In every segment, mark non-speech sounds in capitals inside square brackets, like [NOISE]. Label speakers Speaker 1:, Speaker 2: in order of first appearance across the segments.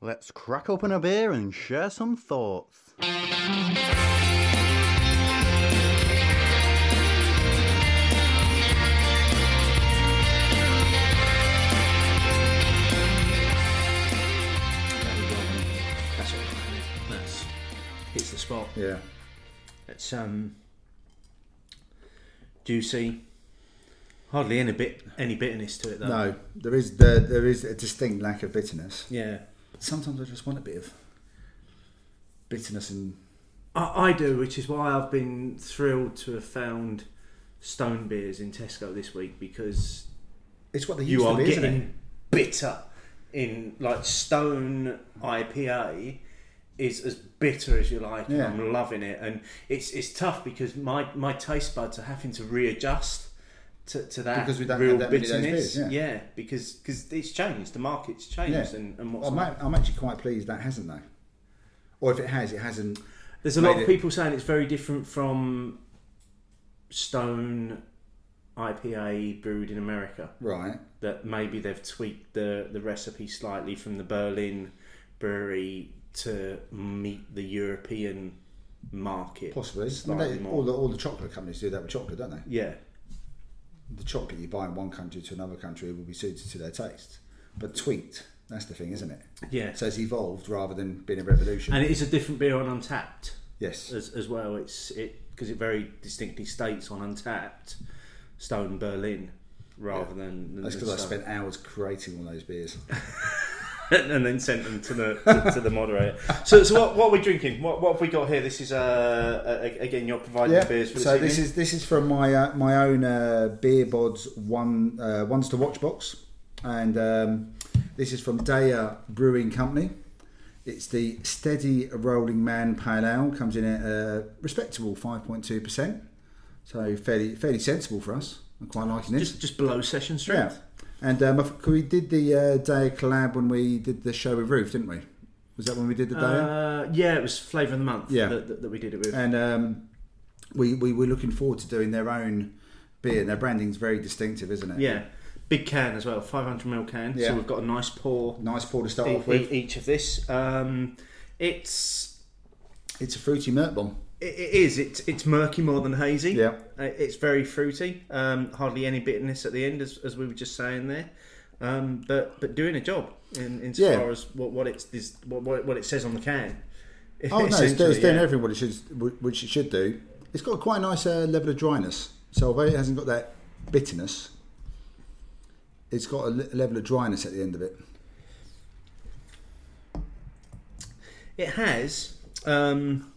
Speaker 1: Let's crack open a beer and share some thoughts.
Speaker 2: There we go. then. That's all right. That's hits the spot.
Speaker 1: Yeah.
Speaker 2: It's um juicy. Hardly any bit any bitterness to it though.
Speaker 3: No, there is there, there is a distinct lack of bitterness.
Speaker 2: Yeah.
Speaker 3: Sometimes I just want a bit of bitterness and
Speaker 2: I, I do, which is why I've been thrilled to have found stone beers in Tesco this week because
Speaker 3: it's what they used
Speaker 2: you
Speaker 3: to
Speaker 2: are
Speaker 3: be, isn't it?
Speaker 2: getting bitter in like stone IPA is as bitter as you like and
Speaker 3: Yeah.
Speaker 2: I'm loving it and it's it's tough because my my taste buds are having to readjust to, to that
Speaker 3: Because we don't
Speaker 2: real
Speaker 3: have that many of those
Speaker 2: bitterness
Speaker 3: beers,
Speaker 2: yeah. because cause it's changed the market's changed
Speaker 3: Yeah.
Speaker 2: and, and what's
Speaker 3: I'm,
Speaker 2: not.
Speaker 3: a- I'm actually quite pleased that hasn't though. Or if it has, it hasn't.
Speaker 2: There's a lot of
Speaker 3: made it-
Speaker 2: people saying it's very different from Stone IPA brewed in America.
Speaker 3: Right.
Speaker 2: That maybe they've tweaked the, the recipe slightly from the Berlin brewery to meet the European market.
Speaker 3: Possibly. I mean,
Speaker 2: Slightly
Speaker 3: they-
Speaker 2: more.
Speaker 3: all, the, all the chocolate companies do that with chocolate, don't they?
Speaker 2: Yeah.
Speaker 3: The chocolate you buy in one country to another country will be suited to their taste. But tweaked, that's the thing, isn't it?
Speaker 2: Yeah.
Speaker 3: So it's evolved rather than being a revolution.
Speaker 2: and it is a different beer on Untapped.
Speaker 3: yes.
Speaker 2: as, as well. It's it because it very distinctly states on Untapped Stone Berlin rather than, than
Speaker 3: That's
Speaker 2: the
Speaker 3: because I
Speaker 2: Stone-
Speaker 3: spent hours creating all those beers.
Speaker 2: [LAUGHS] and then sent them to the to, to the moderator. So, so what, what are we drinking? What, what have we got here? This is uh, a- again you're providing the beers for
Speaker 3: so
Speaker 2: this
Speaker 3: this
Speaker 2: evening.
Speaker 3: is this is from my uh, my own uh, beer bods one uh, ones to watch box, and um, this is from Daya Brewing Company. It's the Steady Rolling Man Pale Ale. Comes in at a respectable five point two percent, so fairly fairly sensible for us. I'm quite liking this.
Speaker 2: just just below session
Speaker 3: yeah,
Speaker 2: strength.
Speaker 3: and um, I think we did the uh, Daya collab when we did the show with Roof, didn't we? Was that when we did the
Speaker 2: Yeah,
Speaker 3: Daya?
Speaker 2: uh, yeah it was flavour of the month.
Speaker 3: Yeah.
Speaker 2: that, that, that we did it with.
Speaker 3: and um, we, we were looking forward to doing their own beer. Their branding's very distinctive, isn't it?
Speaker 2: yeah, big can as well, 500 ml can.
Speaker 3: Yeah.
Speaker 2: So we've got a nice pour
Speaker 3: Nice pour to start
Speaker 2: e-
Speaker 3: off with.
Speaker 2: e- each of this. Um, it's
Speaker 3: It's a fruity mert bomb.
Speaker 2: it, it is it's it's murky more than hazy.
Speaker 3: Yeah.
Speaker 2: Uh, It's very fruity. Um, hardly any bitterness at the end, as, as we were just saying there. Um, but but doing a job in, in so
Speaker 3: Yeah.
Speaker 2: far as what what it's this, what, what what it says on the can. [LAUGHS]
Speaker 3: Oh no, it's, it's
Speaker 2: Essentially,
Speaker 3: doing
Speaker 2: yeah.
Speaker 3: everything what it should, which it should do. It's got quite a nice uh, level of dryness. So although it hasn't got that bitterness, it's got a le- level of dryness at the end of it.
Speaker 2: It has. Um,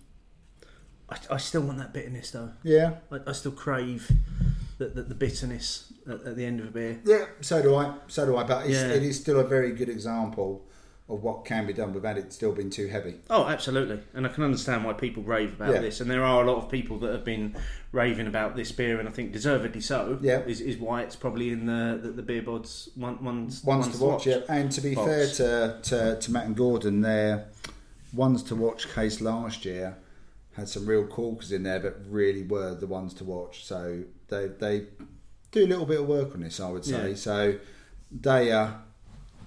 Speaker 2: I, I still want that bitterness though.
Speaker 3: Yeah,
Speaker 2: I, I still crave the, the, the bitterness at, at the end of a beer.
Speaker 3: yeah. So do I. So do I. But it's,
Speaker 2: Yeah.
Speaker 3: it is still a very good example of what can be done without it still being too heavy.
Speaker 2: Oh, absolutely. And I can understand why people rave about
Speaker 3: Yeah.
Speaker 2: this. And there are a lot of people that have been raving about this beer, and I think deservedly so.
Speaker 3: Yeah.
Speaker 2: Is, is why it's probably in the, the, the beer bods one, one's,
Speaker 3: ones, to watch. Yeah, and to be
Speaker 2: Box.
Speaker 3: fair to, to to Matt and Gordon, their ones to watch case last year had some real corkers in there, but really were the ones to watch. So they they do a little bit of work on this, I would say.
Speaker 2: Yeah.
Speaker 3: So they are.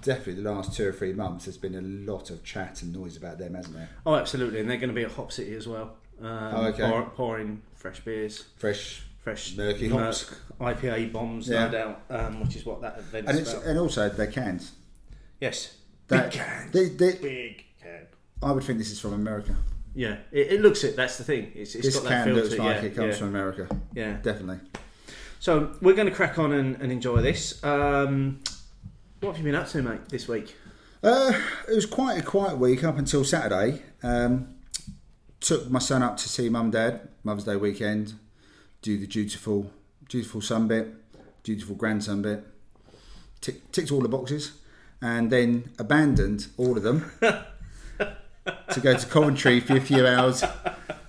Speaker 3: Definitely, the last two or three months, there's been a lot of chat and noise about them, hasn't there?
Speaker 2: Oh, absolutely. And they're going to be at Hop City as well. Um,
Speaker 3: Oh, okay.
Speaker 2: pour- pouring fresh beers,
Speaker 3: Fresh,
Speaker 2: fresh
Speaker 3: Murky hops.
Speaker 2: Merc, IPA bombs,
Speaker 3: Yeah.
Speaker 2: no doubt, um, which is what that event's
Speaker 3: and it's
Speaker 2: about.
Speaker 3: and also their cans.
Speaker 2: yes.
Speaker 3: That-
Speaker 2: Big can.
Speaker 3: They, they,
Speaker 2: Big can.
Speaker 3: I would think this is from America.
Speaker 2: Yeah, it, it looks it. That's the thing. It's, it's
Speaker 3: This
Speaker 2: got that
Speaker 3: can
Speaker 2: feel
Speaker 3: looks
Speaker 2: to
Speaker 3: like
Speaker 2: yeah,
Speaker 3: it comes
Speaker 2: yeah,
Speaker 3: from America,
Speaker 2: Yeah.
Speaker 3: definitely.
Speaker 2: So we're going to crack on and, and enjoy this. Um, what have you been up to, mate, this week?
Speaker 3: Uh, it was quite a quiet week up until Saturday. Um, took my son up to see mum and dad Mother's Day weekend. Do the dutiful, dutiful son bit, dutiful grandson bit. Tick, ticked all the boxes, and then abandoned all of them to go to Coventry for a few hours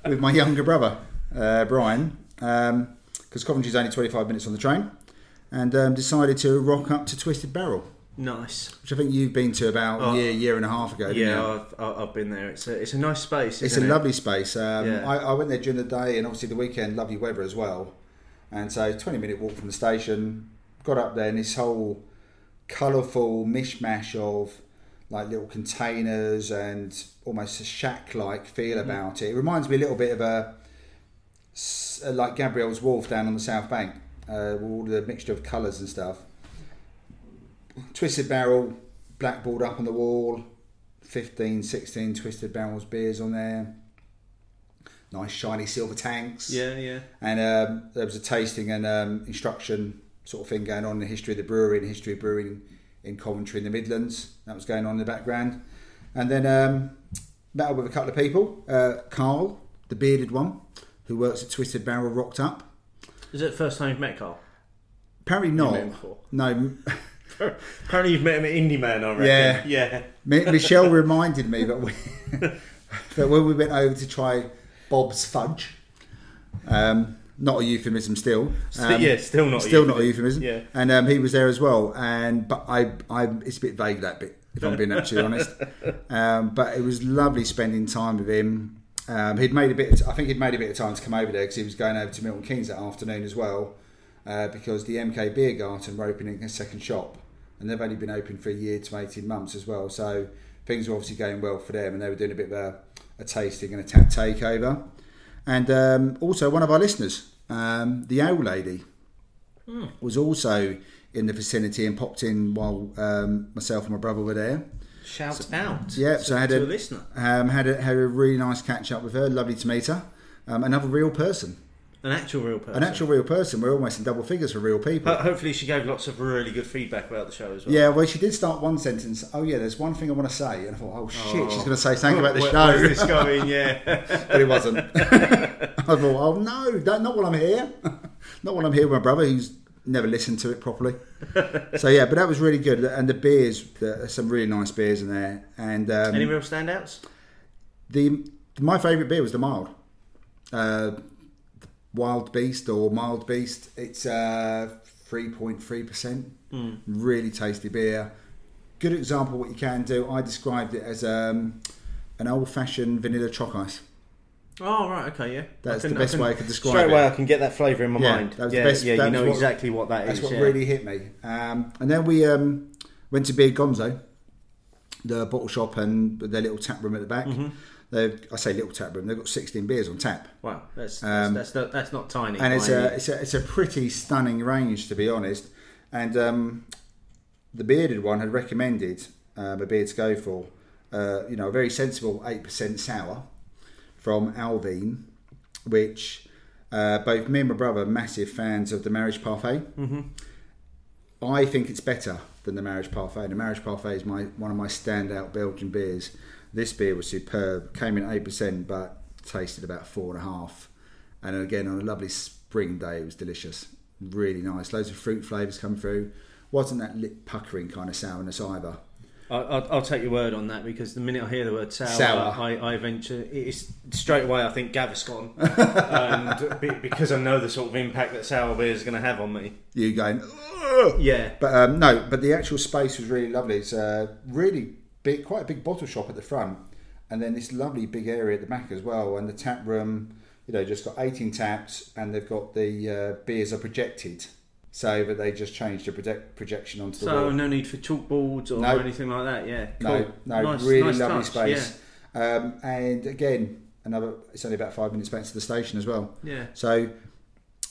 Speaker 3: with my younger brother uh, Brian, because Coventry's only twenty five minutes on the train, and um, decided to rock up to Twisted Barrel
Speaker 2: Nice.
Speaker 3: which I think you've been to about
Speaker 2: Oh.
Speaker 3: a year, year and a half ago. Didn't
Speaker 2: Yeah, oh,
Speaker 3: you?
Speaker 2: I've, I- I've been there. It's a it's a nice space.
Speaker 3: it's a
Speaker 2: isn't it?
Speaker 3: lovely space. Um,
Speaker 2: Yeah.
Speaker 3: I, I went there during the day, and obviously the weekend, lovely weather as well. And so, twenty minute walk from the station. Got up there, and this whole colourful mishmash of like little containers and almost a shack like feel
Speaker 2: Mm-hmm.
Speaker 3: about it. It reminds me a little bit of a s- uh, like Gabrielle's Wharf down on the South Bank, uh, with all the mixture of colours and stuff. Twisted barrel, blackboard up on the wall, 15, 16 twisted barrels beers on there. Nice shiny silver tanks
Speaker 2: Yeah, yeah.
Speaker 3: and um, there was a tasting and um, instruction sort of thing going on in the history of the brewery and history of brewing in Coventry in the Midlands. That was going on in the background, and then um, met up with a couple of people. Uh, Carl, the bearded one, who works at Twisted Barrel, rocked up.
Speaker 2: Is it the first time you've met Carl?
Speaker 3: Apparently
Speaker 2: met
Speaker 3: not.
Speaker 2: him before.
Speaker 3: No,
Speaker 2: [LAUGHS] Apparently you've met him at Indie Man, I reckon.
Speaker 3: Yeah.
Speaker 2: Yeah.
Speaker 3: Mi- Michelle reminded me that we [LAUGHS] that when we went over to try Bob's fudge, um, not a euphemism still.
Speaker 2: Sti- yeah, [LAUGHS] still not a
Speaker 3: Um, still not a
Speaker 2: euphemism.
Speaker 3: euphemism.
Speaker 2: Yeah.
Speaker 3: and um, he was there as well. And but I, I, it's a bit vague that bit if I'm being absolutely honest.
Speaker 2: [LAUGHS]
Speaker 3: Um, but it was lovely spending time with him. Um, he'd made a bit. I think he'd made a bit of time to come over there because he was going over to Milton Keynes that afternoon as well. Uh, because the MK Beer Garden were opening a second shop, and they've only been open for a year to eighteen months as well. So things were obviously going well for them, and they were doing a bit of a, a tasting and a tap takeover. And um, also one of our listeners, um, the Owl Lady, was also in the vicinity and popped in while um, myself and my brother were there.
Speaker 2: Shout out.
Speaker 3: Yeah, so I had
Speaker 2: to a
Speaker 3: a-
Speaker 2: listener.
Speaker 3: Um, had a, had a really nice catch up with her. Lovely to meet her. Um, another real person,
Speaker 2: An actual real person.
Speaker 3: an actual real person. We're almost in double figures for real people.
Speaker 2: Ho- Hopefully, she gave lots of really good feedback about the show as well.
Speaker 3: yeah, well, she did start one sentence. Oh yeah, there's one thing I want to say, and I thought, oh shit, she's going to say something about the
Speaker 2: Where-
Speaker 3: show,
Speaker 2: Where's this going? Yeah. [LAUGHS]
Speaker 3: [LAUGHS] but it wasn't. [LAUGHS] I thought, oh no, don't, not while I'm here, [LAUGHS] not while I'm here with my brother who's never listened to it properly. so yeah, but that was really good, and the beers, there are some really nice beers in there, and um,
Speaker 2: Any real standouts?
Speaker 3: The my favourite beer was the mild, uh, Wild Beast or Mild Beast. It's uh, three point three percent.
Speaker 2: Hmm.
Speaker 3: Really tasty beer. Good example of what you can do. I described it as um, an old fashioned vanilla choc ice.
Speaker 2: Oh, right, okay, yeah.
Speaker 3: That's
Speaker 2: I can-
Speaker 3: the best
Speaker 2: I can-
Speaker 3: way I could describe
Speaker 2: Straight
Speaker 3: it.
Speaker 2: away, I can get that flavour in my
Speaker 3: Yeah,
Speaker 2: mind.
Speaker 3: that was the
Speaker 2: yeah,
Speaker 3: best-
Speaker 2: yeah,
Speaker 3: that
Speaker 2: you
Speaker 3: was
Speaker 2: know
Speaker 3: what-
Speaker 2: exactly what that
Speaker 3: That's
Speaker 2: is,
Speaker 3: what
Speaker 2: yeah.
Speaker 3: really hit me. Um, and then we um, went to Beer Gonzo, the bottle shop and their little tap room at the back.
Speaker 2: Mm-hmm.
Speaker 3: They've, I say little tap room. They've got sixteen beers on tap.
Speaker 2: Wow, that's that's,
Speaker 3: Um,
Speaker 2: that's, not, that's not tiny.
Speaker 3: and it's
Speaker 2: by
Speaker 3: a,
Speaker 2: any-
Speaker 3: it's a it's a pretty stunning range to be honest. And um, the bearded one had recommended um, a beer to go for, uh, you know, a very sensible eight percent sour from Alvine, which uh, both me and my brother are massive fans of the Marriage Parfait. I think it's better than the Marriage Parfait. The Marriage Parfait is my one of my standout Belgian beers. This beer was superb. Came in eight percent, but tasted about four and a half. And again, on a lovely spring day, it was delicious. Really nice. Loads of fruit flavours come through. Wasn't that lip puckering kind of sourness either.
Speaker 2: I, I'll, I'll take your word on that because the minute I hear the word sour,
Speaker 3: Sour.
Speaker 2: I, I venture it's straight away. I think
Speaker 3: [LAUGHS]
Speaker 2: Gaviscon, and be, because I know the sort of impact that sour beer is going to have on me.
Speaker 3: You going? "Ugh!"
Speaker 2: Yeah,
Speaker 3: But um, no, but the actual space was really lovely. It's a really big, quite a big bottle shop at the front, and then this lovely big area at the back as well. And the tap room, you know, just got 18 taps, and they've got the uh, beers are projected, so that they just changed the project- projection onto the
Speaker 2: so
Speaker 3: wall.
Speaker 2: no need for chalkboards or
Speaker 3: No.
Speaker 2: anything like that. Yeah,
Speaker 3: No,
Speaker 2: Cool.
Speaker 3: no,
Speaker 2: Nice-
Speaker 3: really
Speaker 2: nice
Speaker 3: lovely
Speaker 2: touch,
Speaker 3: space. Um, and again, another. It's only about five minutes back to the station as well.
Speaker 2: Yeah, yeah.
Speaker 3: So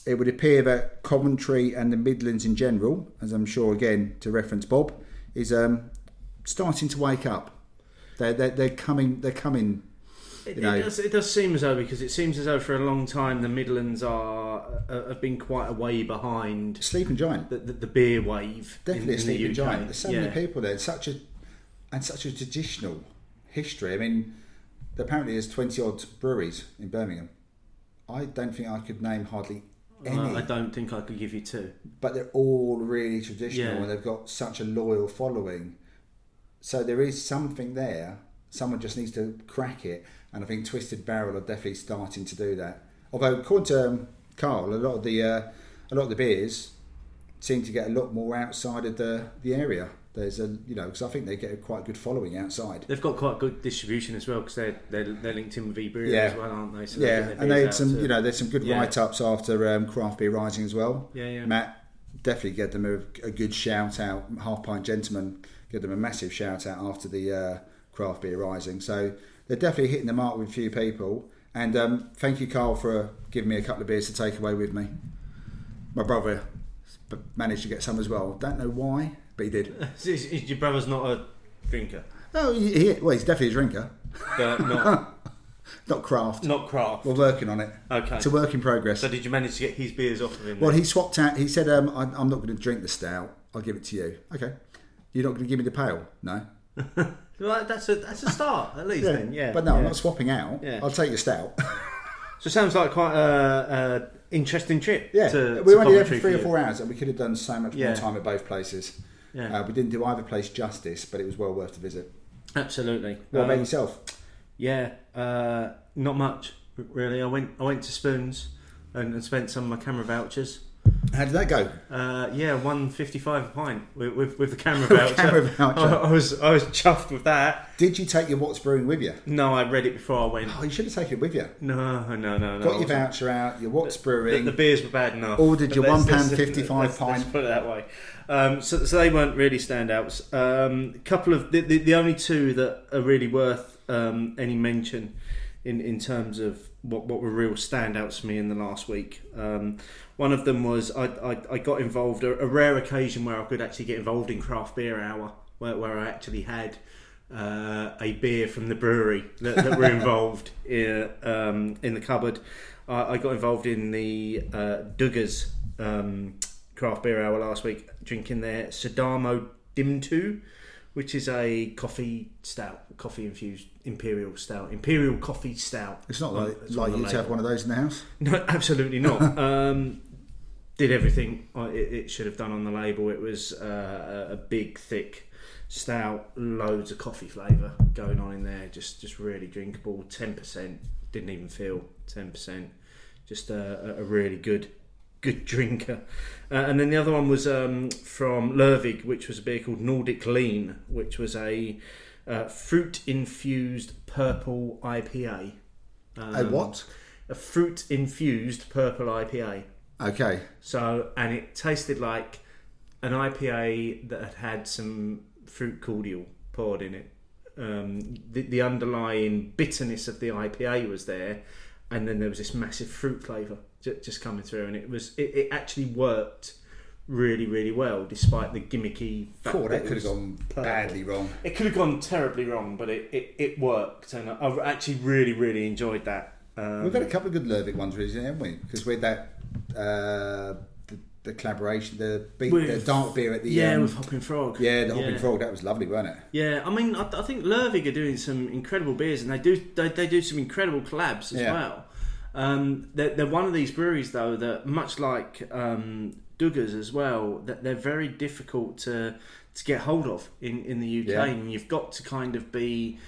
Speaker 3: it would appear that Coventry and the Midlands in general, as I'm sure again to reference Bob, is um, starting to wake up. They're, they're, they're coming. They're coming.
Speaker 2: It,
Speaker 3: you know.
Speaker 2: it, does, it does seem as though because it seems as though for a long time the Midlands are uh, have been quite a way behind
Speaker 3: Sleeping giant.
Speaker 2: the, the, the beer wave. in- in
Speaker 3: Definitely a
Speaker 2: the
Speaker 3: sleeping
Speaker 2: UK.
Speaker 3: giant. There's so
Speaker 2: yeah.
Speaker 3: many people there. Such a and such a traditional history. I mean, apparently there's 20 odd breweries in Birmingham. I don't think I could name hardly any.
Speaker 2: Uh, I don't think I could give you two.
Speaker 3: but they're all really traditional
Speaker 2: Yeah.
Speaker 3: and they've got such a loyal following. So there is something there. Someone just needs to crack it, and I think Twisted Barrel are definitely starting to do that. Although, according to um, Carl, a lot of the uh, a lot of the beers seem to get a lot more outside of the the area. There's a you know because I think they get a quite good following outside.
Speaker 2: They've got quite good distribution as well because they're, they're they're linked in with eBrew
Speaker 3: Yeah.
Speaker 2: as well, aren't they? So they
Speaker 3: yeah,
Speaker 2: get their
Speaker 3: and they had
Speaker 2: beers out
Speaker 3: some
Speaker 2: to-
Speaker 3: you know there's some good
Speaker 2: Yeah.
Speaker 3: write ups after um, Craft Beer Rising as well.
Speaker 2: Yeah, yeah.
Speaker 3: Matt, definitely get them a, a good shout out. Half Pint Gentleman give them a massive shout out after the uh, craft beer rising. So they're definitely hitting the mark with a few people. And um, thank you, Carl, for uh, giving me a couple of beers to take away with me. My brother s- managed to get some as well. Don't know why, but
Speaker 2: [LAUGHS]
Speaker 3: he did.
Speaker 2: Is, is- is your brother's not a drinker,
Speaker 3: No, he, he, well, he's definitely a drinker,
Speaker 2: but not
Speaker 3: [LAUGHS] not craft.
Speaker 2: not craft.
Speaker 3: We're working on it.
Speaker 2: Okay.
Speaker 3: It's a work in progress.
Speaker 2: So did you manage to get his beers off of him?
Speaker 3: Well,
Speaker 2: then?
Speaker 3: he swapped out. He said, um, I, "I'm not going to drink the stout. I'll give it to you." Okay. You're not going to give me the pale, no.
Speaker 2: Well, that's a that's a start at least. Then yeah.
Speaker 3: But no, I'm
Speaker 2: yeah.
Speaker 3: not swapping out.
Speaker 2: Yeah.
Speaker 3: I'll take your stout.
Speaker 2: So it sounds like quite a, a interesting trip.
Speaker 3: [LAUGHS] yeah.
Speaker 2: to-
Speaker 3: we
Speaker 2: to
Speaker 3: were only there for
Speaker 2: Coventry
Speaker 3: three or
Speaker 2: you.
Speaker 3: four hours, and we could have done so much
Speaker 2: Yeah.
Speaker 3: more time at both places.
Speaker 2: Yeah.
Speaker 3: Uh, we didn't do either place justice, but it was well worth the visit.
Speaker 2: Absolutely.
Speaker 3: What about
Speaker 2: Um,
Speaker 3: yourself?
Speaker 2: Yeah, uh, not much r- really. I went I went to Spoons and, and spent some of my camera vouchers.
Speaker 3: How did that go?
Speaker 2: Uh, yeah, one fifty five a pint with, with, with the
Speaker 3: [LAUGHS]
Speaker 2: camera voucher.
Speaker 3: camera voucher.
Speaker 2: I, [LAUGHS] I was I was chuffed with that.
Speaker 3: Did you take your what's brewing with you?
Speaker 2: No, I read it before I went.
Speaker 3: Oh, you should have taken it with you.
Speaker 2: No, no, no, no.
Speaker 3: Got your voucher out. Your what's
Speaker 2: The,
Speaker 3: brewing.
Speaker 2: the beers were bad enough.
Speaker 3: Ordered
Speaker 2: But
Speaker 3: your
Speaker 2: let's-
Speaker 3: £1
Speaker 2: let's-
Speaker 3: 55
Speaker 2: let's- let's
Speaker 3: pint.
Speaker 2: put it that way. Um, so, so they weren't really standouts. Um, couple of the, the, the only two that are really worth um, any mention in, in terms of what, what were real standouts for me in the last week. Um, one of them was I, I, I got involved a, a rare occasion where I could actually get involved in craft beer hour where, where I actually had. Uh, a beer from the brewery that, that were involved in, um, in the cupboard. I, I got involved in the uh, Duggars um, craft beer hour last week, drinking their Sadamo Dimtu, which is a coffee stout, coffee infused imperial stout, imperial coffee stout.
Speaker 3: it's not
Speaker 2: Um,
Speaker 3: like,
Speaker 2: it's on
Speaker 3: like
Speaker 2: the
Speaker 3: you to have
Speaker 2: label.
Speaker 3: one of those in the house.
Speaker 2: [LAUGHS] No, absolutely not. um, did everything I- it, it should have done on the label. It was uh, a a big, thick stout, loads of coffee flavour going on in there. Just, just really drinkable. Ten percent. Didn't even feel ten percent. Just a, a- a really good, good drinker. Uh, and then the other one was um, from Lervig, which was a beer called Nordic Lean, which was a uh, fruit infused purple IPA.
Speaker 3: a
Speaker 2: Um,
Speaker 3: what?
Speaker 2: A fruit infused purple IPA.
Speaker 3: Okay.
Speaker 2: So, and it tasted like an IPA that had had some fruit cordial poured in it. Um, the, the underlying bitterness of the IPA was there, and then there was this massive fruit flavour just, just coming through, and it was it, it actually worked really really well despite the gimmicky. fact
Speaker 3: Cool.
Speaker 2: that
Speaker 3: That
Speaker 2: it
Speaker 3: could
Speaker 2: was-
Speaker 3: have gone badly wrong.
Speaker 2: it could have gone terribly wrong, but it, it, it worked, and I, I actually really really enjoyed that. Um,
Speaker 3: We've had a couple of good Lervik ones recently, haven't we? Because we had that uh, the, the collaboration, the, beat, the
Speaker 2: With-
Speaker 3: dark beer at the
Speaker 2: yeah
Speaker 3: um,
Speaker 2: with Hopping Frog.
Speaker 3: yeah, the Hopping
Speaker 2: Yeah.
Speaker 3: Frog. That was lovely, wasn't it?
Speaker 2: Yeah, I mean, I, I think Lervig are doing some incredible beers, and they do they, they do some incredible collabs as
Speaker 3: Yeah.
Speaker 2: well. Um, they're, they're one of these breweries though that, much like um, Duggars as well, that they're very difficult to to get hold of in, in the UK,
Speaker 3: Yeah.
Speaker 2: and you've got to kind of be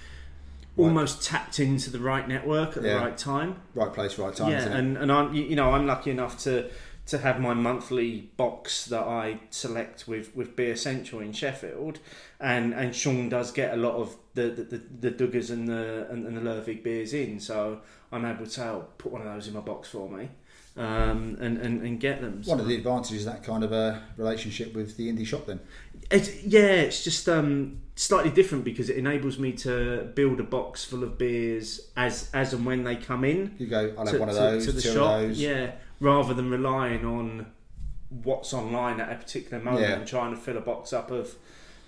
Speaker 3: Right.
Speaker 2: almost tapped into the right network at
Speaker 3: Yeah.
Speaker 2: the right time.
Speaker 3: Right place, right time.
Speaker 2: Yeah,
Speaker 3: isn't it?
Speaker 2: and, and I'm you you know I'm lucky enough to to have my monthly box that I select with with Beer Central in Sheffield, and and Sean does get a lot of the the, the, the Duggars and the and, and the Lervig beers in, so I'm able to say, oh, put one of those in my box for me, um, and, and and get them.
Speaker 3: one of the advantages of that kind of a relationship with the indie shop. Then
Speaker 2: It's, yeah, it's just um, slightly different because it enables me to build a box full of beers as as and when they come in.
Speaker 3: you go, I'll have
Speaker 2: to,
Speaker 3: one of
Speaker 2: to-
Speaker 3: those,
Speaker 2: to the
Speaker 3: two
Speaker 2: shop,
Speaker 3: of those.
Speaker 2: yeah, rather than relying on what's online at a particular moment
Speaker 3: Yeah.
Speaker 2: and trying to fill a box up of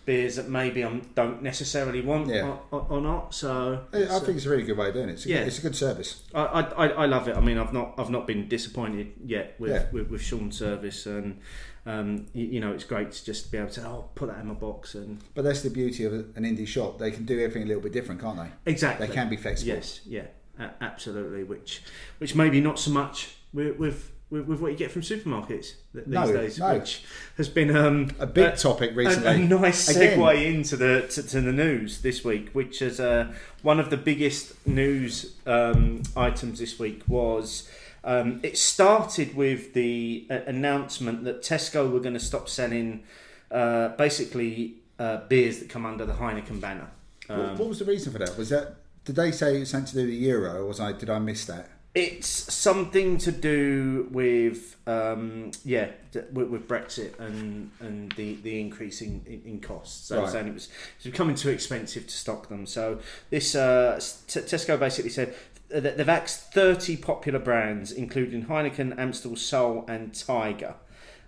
Speaker 2: beers that maybe I don't necessarily want
Speaker 3: Yeah.
Speaker 2: or, or not. So
Speaker 3: I- I think it's a really good way of doing it. It's a,
Speaker 2: Yeah.
Speaker 3: good, it's a good service.
Speaker 2: I, I, I I love it. I mean, I've not I've not been disappointed yet with
Speaker 3: Yeah.
Speaker 2: with, with Sean's service, and um, you, you know it's great to just be able to oh put that in my box and
Speaker 3: But that's the beauty of an indie shop. They can do everything a little bit different, can't they?
Speaker 2: exactly
Speaker 3: They can be flexible.
Speaker 2: yes yeah a- absolutely which which maybe not so much with with, with, with what you get from supermarkets th- these
Speaker 3: No,
Speaker 2: days
Speaker 3: no.
Speaker 2: which has been um,
Speaker 3: A big
Speaker 2: uh,
Speaker 3: topic
Speaker 2: a,
Speaker 3: recently.
Speaker 2: a nice
Speaker 3: Again.
Speaker 2: segue into the to, to the news this week, which is uh, one of the biggest news um, items this week was. Um, it started with the uh, announcement that Tesco were going to stop selling uh, basically uh, beers that come under the Heineken banner.
Speaker 3: what, what was the reason for that? Was that did they say it's something to do with the euro, or was I did I miss that?
Speaker 2: It's something to do with um, yeah d- with, with Brexit and and the the increase in, in, in costs. So
Speaker 3: Right.
Speaker 2: saying it was it's becoming too expensive to stock them. So this uh, S- T- Tesco basically said that they've axed thirty popular brands, including Heineken, Amstel, Sol, and Tiger.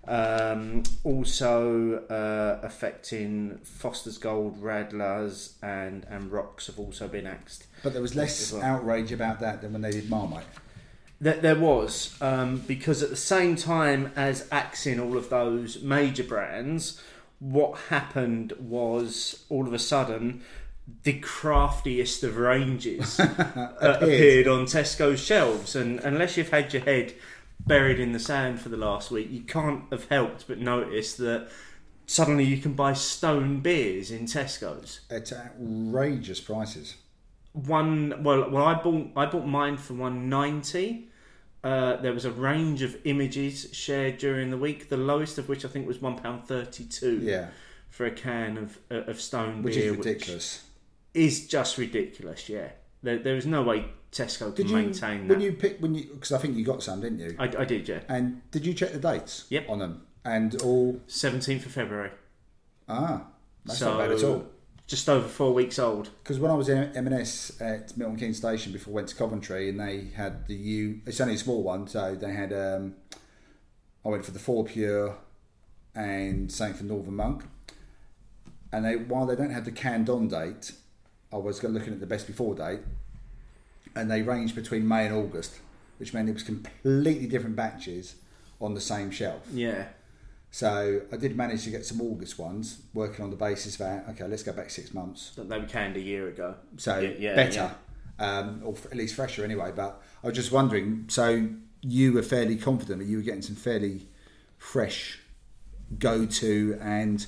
Speaker 2: Um, also uh, affecting Foster's Gold, Radlers, and and Rocks have also been axed.
Speaker 3: But there was less
Speaker 2: As well.
Speaker 3: outrage about that than when they did Marmite.
Speaker 2: That there was, um, because at the same time as axing all of those major brands, what happened was all of a sudden the craftiest of ranges uh, appeared. on Tesco's shelves, and unless you've had your head buried in the sand for the last week, you can't have helped but notice that suddenly you can buy stone beers in Tesco's.
Speaker 3: At outrageous prices.
Speaker 2: one well well I bought I bought mine for 190 uh, there was a range of images shared during the week the lowest of which I think was 1 pound 32
Speaker 3: Yeah,
Speaker 2: for a can of uh, of stone
Speaker 3: which
Speaker 2: beer
Speaker 3: is ridiculous.
Speaker 2: which is just ridiculous yeah there, there is no way Tesco can
Speaker 3: Did you
Speaker 2: maintain that
Speaker 3: when you pick when you because I think you got some, didn't you?
Speaker 2: I, I did yeah
Speaker 3: And did you check the dates?
Speaker 2: Yep.
Speaker 3: On them and all.
Speaker 2: 17th of February
Speaker 3: Ah, that's
Speaker 2: so
Speaker 3: not bad at all.
Speaker 2: just over four weeks old
Speaker 3: Because when I was in M&S at Milton Keynes Station before I went to Coventry, and they had the U. It's only a small one, so they had. Um, I went for the Four Pure, and same for Northern Monk. And they, while they don't have the canned on date, I was go- looking at the best before date, and they ranged between May and August, which meant it was completely different batches on the same shelf.
Speaker 2: yeah
Speaker 3: So I did manage to get some August ones, working on the basis that okay, let's go back six months.
Speaker 2: that they were canned a year ago
Speaker 3: So
Speaker 2: Yeah, yeah,
Speaker 3: better, Um, or f- at least fresher anyway. But I was just wondering. So you were fairly confident that you were getting some fairly fresh go-to and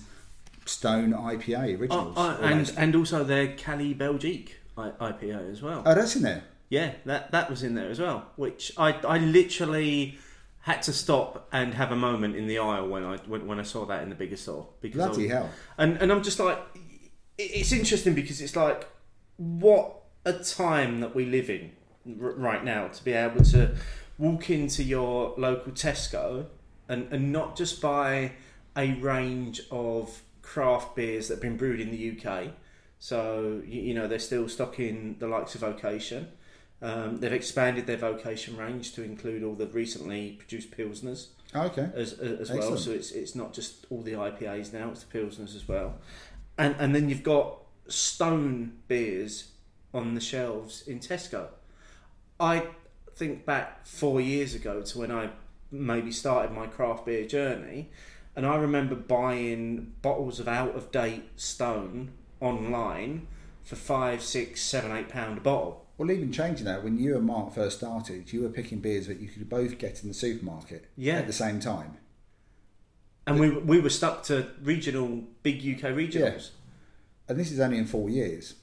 Speaker 3: Stone IPA
Speaker 2: Oh,
Speaker 3: originals.
Speaker 2: oh, and
Speaker 3: almost.
Speaker 2: and also their Cali Belgique I- IPA as well
Speaker 3: oh, that's in there.
Speaker 2: Yeah, that that was in there as well, which I I literally had to stop and have a moment in the aisle when I when, when I saw that in the bigger store because I
Speaker 3: Bloody
Speaker 2: was-
Speaker 3: hell.
Speaker 2: and and I'm just like it- it's interesting because it's like what a time that we live in r- right now to be able to walk into your local Tesco and and not just buy a range of craft beers that have been brewed in the UK. So you, you know they're still stocking the likes of Vocation. Um, they've expanded their Vocation range to include all the recently produced pilsners
Speaker 3: Oh, okay.
Speaker 2: as, as well.
Speaker 3: Excellent.
Speaker 2: So it's it's not just all the IPAs now; it's the pilsners as well. And and then you've got stone beers on the shelves in Tesco. I think back four years ago to when I maybe started my craft beer journey, and I remember buying bottles of out of date stone online for five, six, seven, eight pound a bottle.
Speaker 3: Well, even changing that, when you and Mark first started, you were picking beers that you could both get in the supermarket
Speaker 2: Yeah.
Speaker 3: at the same time.
Speaker 2: And we, we were stuck to regional, big UK regionals.
Speaker 3: and this is only in four years.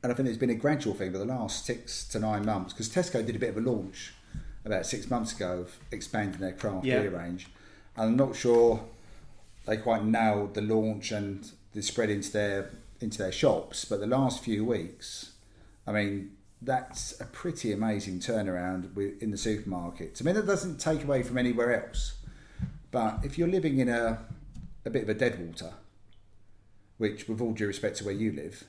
Speaker 3: And I think it's been a gradual thing, but the last six to nine months, because Tesco did a bit of a launch about six months ago of expanding their craft
Speaker 2: Yeah.
Speaker 3: beer range. And I'm not sure they quite nailed the launch and the spread into their into their shops, but the last few weeks, I mean, that's a pretty amazing turnaround with, in the supermarkets. I mean, that doesn't take away from anywhere else, but if you're living in a a bit of a deadwater, which, with all due respect to where you live,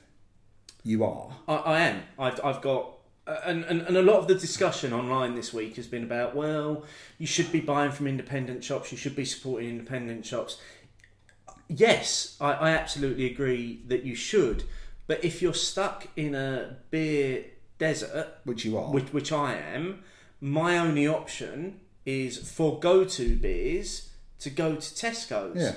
Speaker 3: you are.
Speaker 2: I, I am. I've, I've got. uh, And, and, and a lot of the discussion online this week has been about, well, you should be buying from independent shops, you should be supporting independent shops. Yes, I, I absolutely agree that you should. But if you're stuck in a beer desert,
Speaker 3: Which you are.
Speaker 2: which, which I am, my only option is for go to beers to go to Tesco's.
Speaker 3: yeah,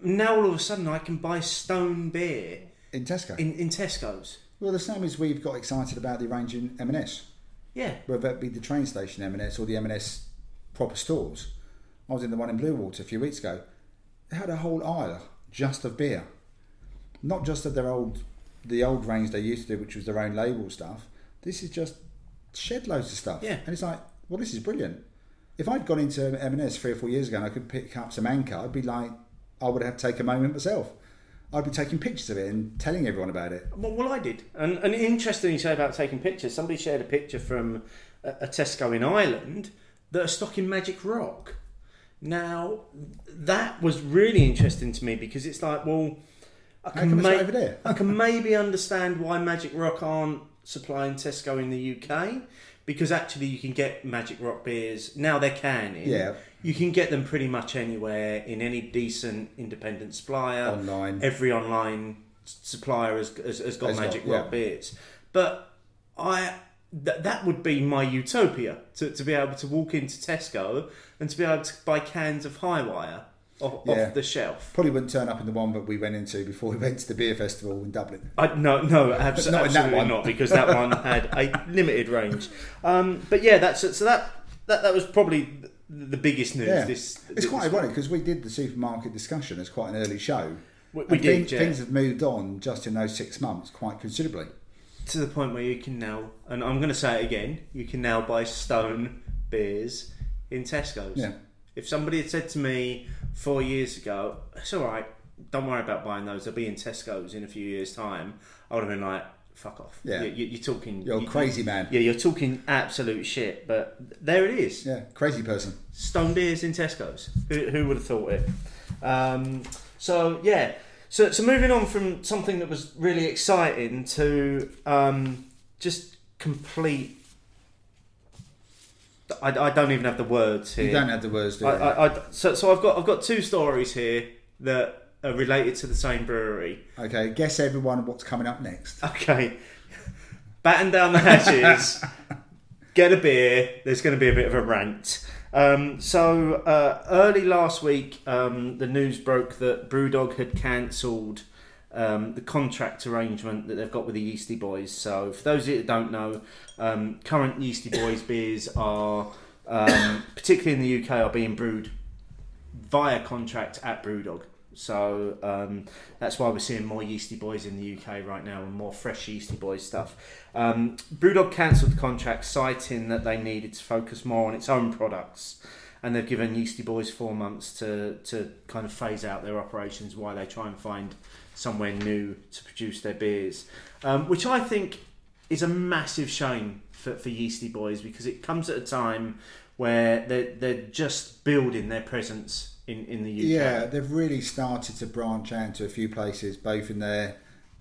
Speaker 2: Now all of a sudden I can buy stone beer
Speaker 3: in Tesco.
Speaker 2: in, in Tesco's.
Speaker 3: well, the same as we've got excited about the range in M&S,
Speaker 2: Yeah.
Speaker 3: whether it be the train station M&S or the M&S proper stores. I was in the one in Bluewater a few weeks ago. They had a whole aisle just of beer, not just of their old, the old range they used to do, which was their own label stuff. This is just shed loads of stuff.
Speaker 2: Yeah.
Speaker 3: and it's like, well, this is brilliant. If I'd gone into M&S three or four years ago and I could pick up some Anchor, I'd be like, I would have taken a moment myself. I'd be taking pictures of it and telling everyone about it.
Speaker 2: Well, well I did. And, and interesting you say about taking pictures. Somebody shared a picture from a, a Tesco in Ireland that are stocking Magic Rock. Now, that was really interesting to me because it's like, well, I
Speaker 3: How come it's not over there?
Speaker 2: I
Speaker 3: [LAUGHS]
Speaker 2: can maybe understand why Magic Rock aren't supplying Tesco in the UK because actually you can get Magic Rock beers now. They're canning.
Speaker 3: Yeah.
Speaker 2: You can get them pretty much anywhere in any decent independent supplier.
Speaker 3: Online.
Speaker 2: Every online s- supplier has, has, has got
Speaker 3: Has got,
Speaker 2: Magic
Speaker 3: yeah.
Speaker 2: Rock beers. But I th- that would be my utopia to, to be able to walk into Tesco and to be able to buy cans of high wire off,
Speaker 3: Yeah.
Speaker 2: off the shelf.
Speaker 3: Probably wouldn't turn up in the one that we went into before we went to the beer festival in Dublin.
Speaker 2: I, no, no, abs-
Speaker 3: But not in that
Speaker 2: absolutely
Speaker 3: one.
Speaker 2: not, because that
Speaker 3: [LAUGHS]
Speaker 2: one had a limited range. Um, but yeah, that's so that that that was probably th- the biggest news.
Speaker 3: Yeah,
Speaker 2: This
Speaker 3: it's
Speaker 2: this-
Speaker 3: quite ironic because we did the supermarket discussion as quite an early show.
Speaker 2: We- we
Speaker 3: And
Speaker 2: did,
Speaker 3: things,
Speaker 2: yeah.
Speaker 3: things have moved on just in those six months quite considerably.
Speaker 2: to the point where you can now, and I'm going to say it again, you can now buy Stone beers in Tesco's.
Speaker 3: Yeah.
Speaker 2: If somebody had said to me four years ago, "It's all right, don't worry about buying those; they'll be in Tesco's in a few years' time," I would have been like, "Fuck off!
Speaker 3: Yeah.
Speaker 2: you, you, you're talking,
Speaker 3: You're a
Speaker 2: you-
Speaker 3: crazy man.
Speaker 2: Yeah, you're talking absolute shit." But there it is.
Speaker 3: Yeah, crazy person.
Speaker 2: Stone beers in Tesco's. Who, who would have thought it? Um, so yeah. So so moving on from something that was really exciting to um, just complete. I, I don't even have the words here.
Speaker 3: You don't have the words, do
Speaker 2: I,
Speaker 3: you?
Speaker 2: I, I, so so I've got I've got two stories here that are related to the same brewery.
Speaker 3: okay, guess everyone what's coming up next.
Speaker 2: Okay. Batten down the hatches. get a beer. There's going to be a bit of a rant. Um, so uh, early last week, um, the news broke that Brewdog had cancelled um, the contract arrangement that they've got with the Yeasty Boys. So for those of you that don't know, um, current Yeasty Boys beers are, um, particularly in the UK, are being brewed via contract at Brewdog. So um, that's why we're seeing more Yeasty Boys in the UK right now and more fresh Yeasty Boys stuff. Um, Brewdog cancelled the contract, citing that they needed to focus more on its own products. And they've given Yeasty Boys four months to, to kind of phase out their operations while they try and find somewhere new to produce their beers, um, which I think is a massive shame for, for Yeasty Boys because it comes at a time where they're, they're just building their presence in, in the UK.
Speaker 3: Yeah, they've really started to branch out to a few places, both in their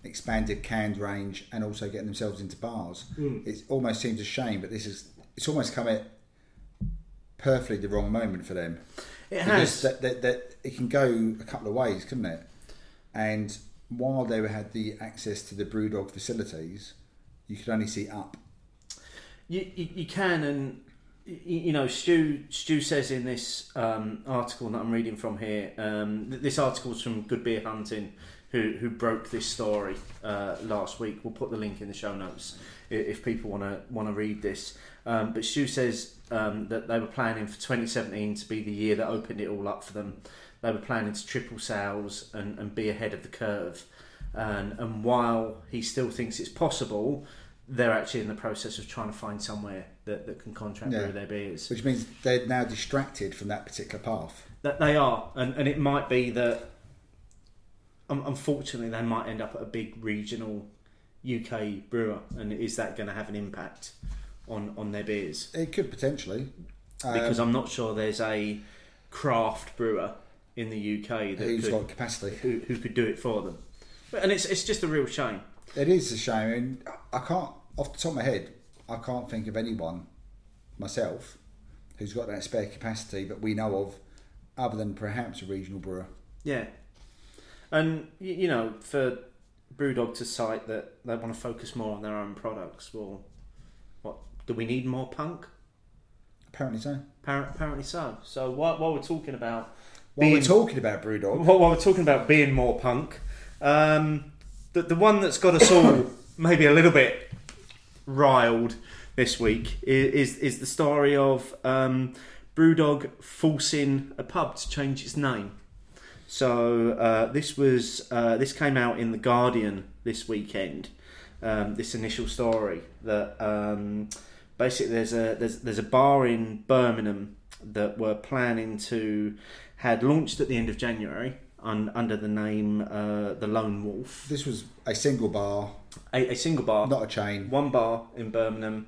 Speaker 3: expanded canned range and also getting themselves into bars.
Speaker 2: Hmm.
Speaker 3: It almost seems a shame, but this is it's almost come at perfectly the wrong moment for them.
Speaker 2: It has.
Speaker 3: because that, that, that it can go a couple of ways, couldn't it? And while they had the access to the BrewDog facilities, you could only see up.
Speaker 2: you, you, you can and y- you know Stu Stu says in this um, article that I'm reading from here um, th- this article's from Good Beer Hunting who, who broke this story uh, last week we'll put the link in the show notes i- if people want to want to read this um, but Stu says um, that they were planning for 2017 to be the year that opened it all up for them they were planning to triple sales and, and be ahead of the curve and, and while he still thinks it's possible they're actually in the process of trying to find somewhere that, that can contract
Speaker 3: Yeah.
Speaker 2: brew their beers.
Speaker 3: Which means they're now distracted from that particular path.
Speaker 2: That they are, and, and it might be that um, unfortunately they might end up at a big regional UK brewer, and is that going to have an impact on on their beers?
Speaker 3: It could potentially. Um,
Speaker 2: Because I'm not sure there's a craft brewer in the UK that
Speaker 3: who's
Speaker 2: could,
Speaker 3: got capacity?
Speaker 2: who who could do it for them. But, and it's it's just a real shame.
Speaker 3: It is a shame, and I can't, off the top of my head, I can't think of anyone myself who's got that spare capacity that we know of, other than perhaps a regional brewer.
Speaker 2: Yeah, and y- you know, for BrewDog to cite that they want to focus more on their own products, well, what do we need more punk?
Speaker 3: Apparently so.
Speaker 2: Appar- Apparently so. So while, while we're talking about
Speaker 3: While we're
Speaker 2: Being-
Speaker 3: talking about BrewDog,
Speaker 2: while, while we're talking about being more punk, um, the the one that's got us all [COUGHS] maybe a little bit riled this week i- is is the story of um, BrewDog forcing a pub to change its name. So uh, this was uh, this came out in the Guardian this weekend. Um, this initial story that um, basically there's a there's there's a bar in Birmingham that were planning to had launched at the end of January un, under the name uh, the Lone Wolf,
Speaker 3: this was a single bar,
Speaker 2: a, a single bar,
Speaker 3: not a chain.
Speaker 2: one bar in Birmingham.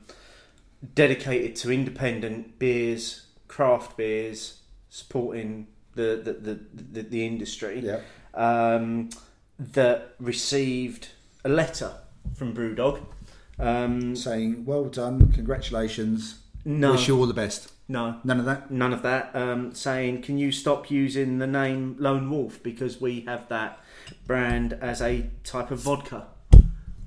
Speaker 2: dedicated to independent beers, craft beers, supporting the the the, the, the industry.
Speaker 3: Yeah.
Speaker 2: Um, that received a letter from Brewdog. Um,
Speaker 3: Saying, well done, congratulations,
Speaker 2: no,
Speaker 3: wish you all the best.
Speaker 2: no,
Speaker 3: None of that.
Speaker 2: none of that. Um, saying, can you stop using the name Lone Wolf because we have that brand as a type of vodka.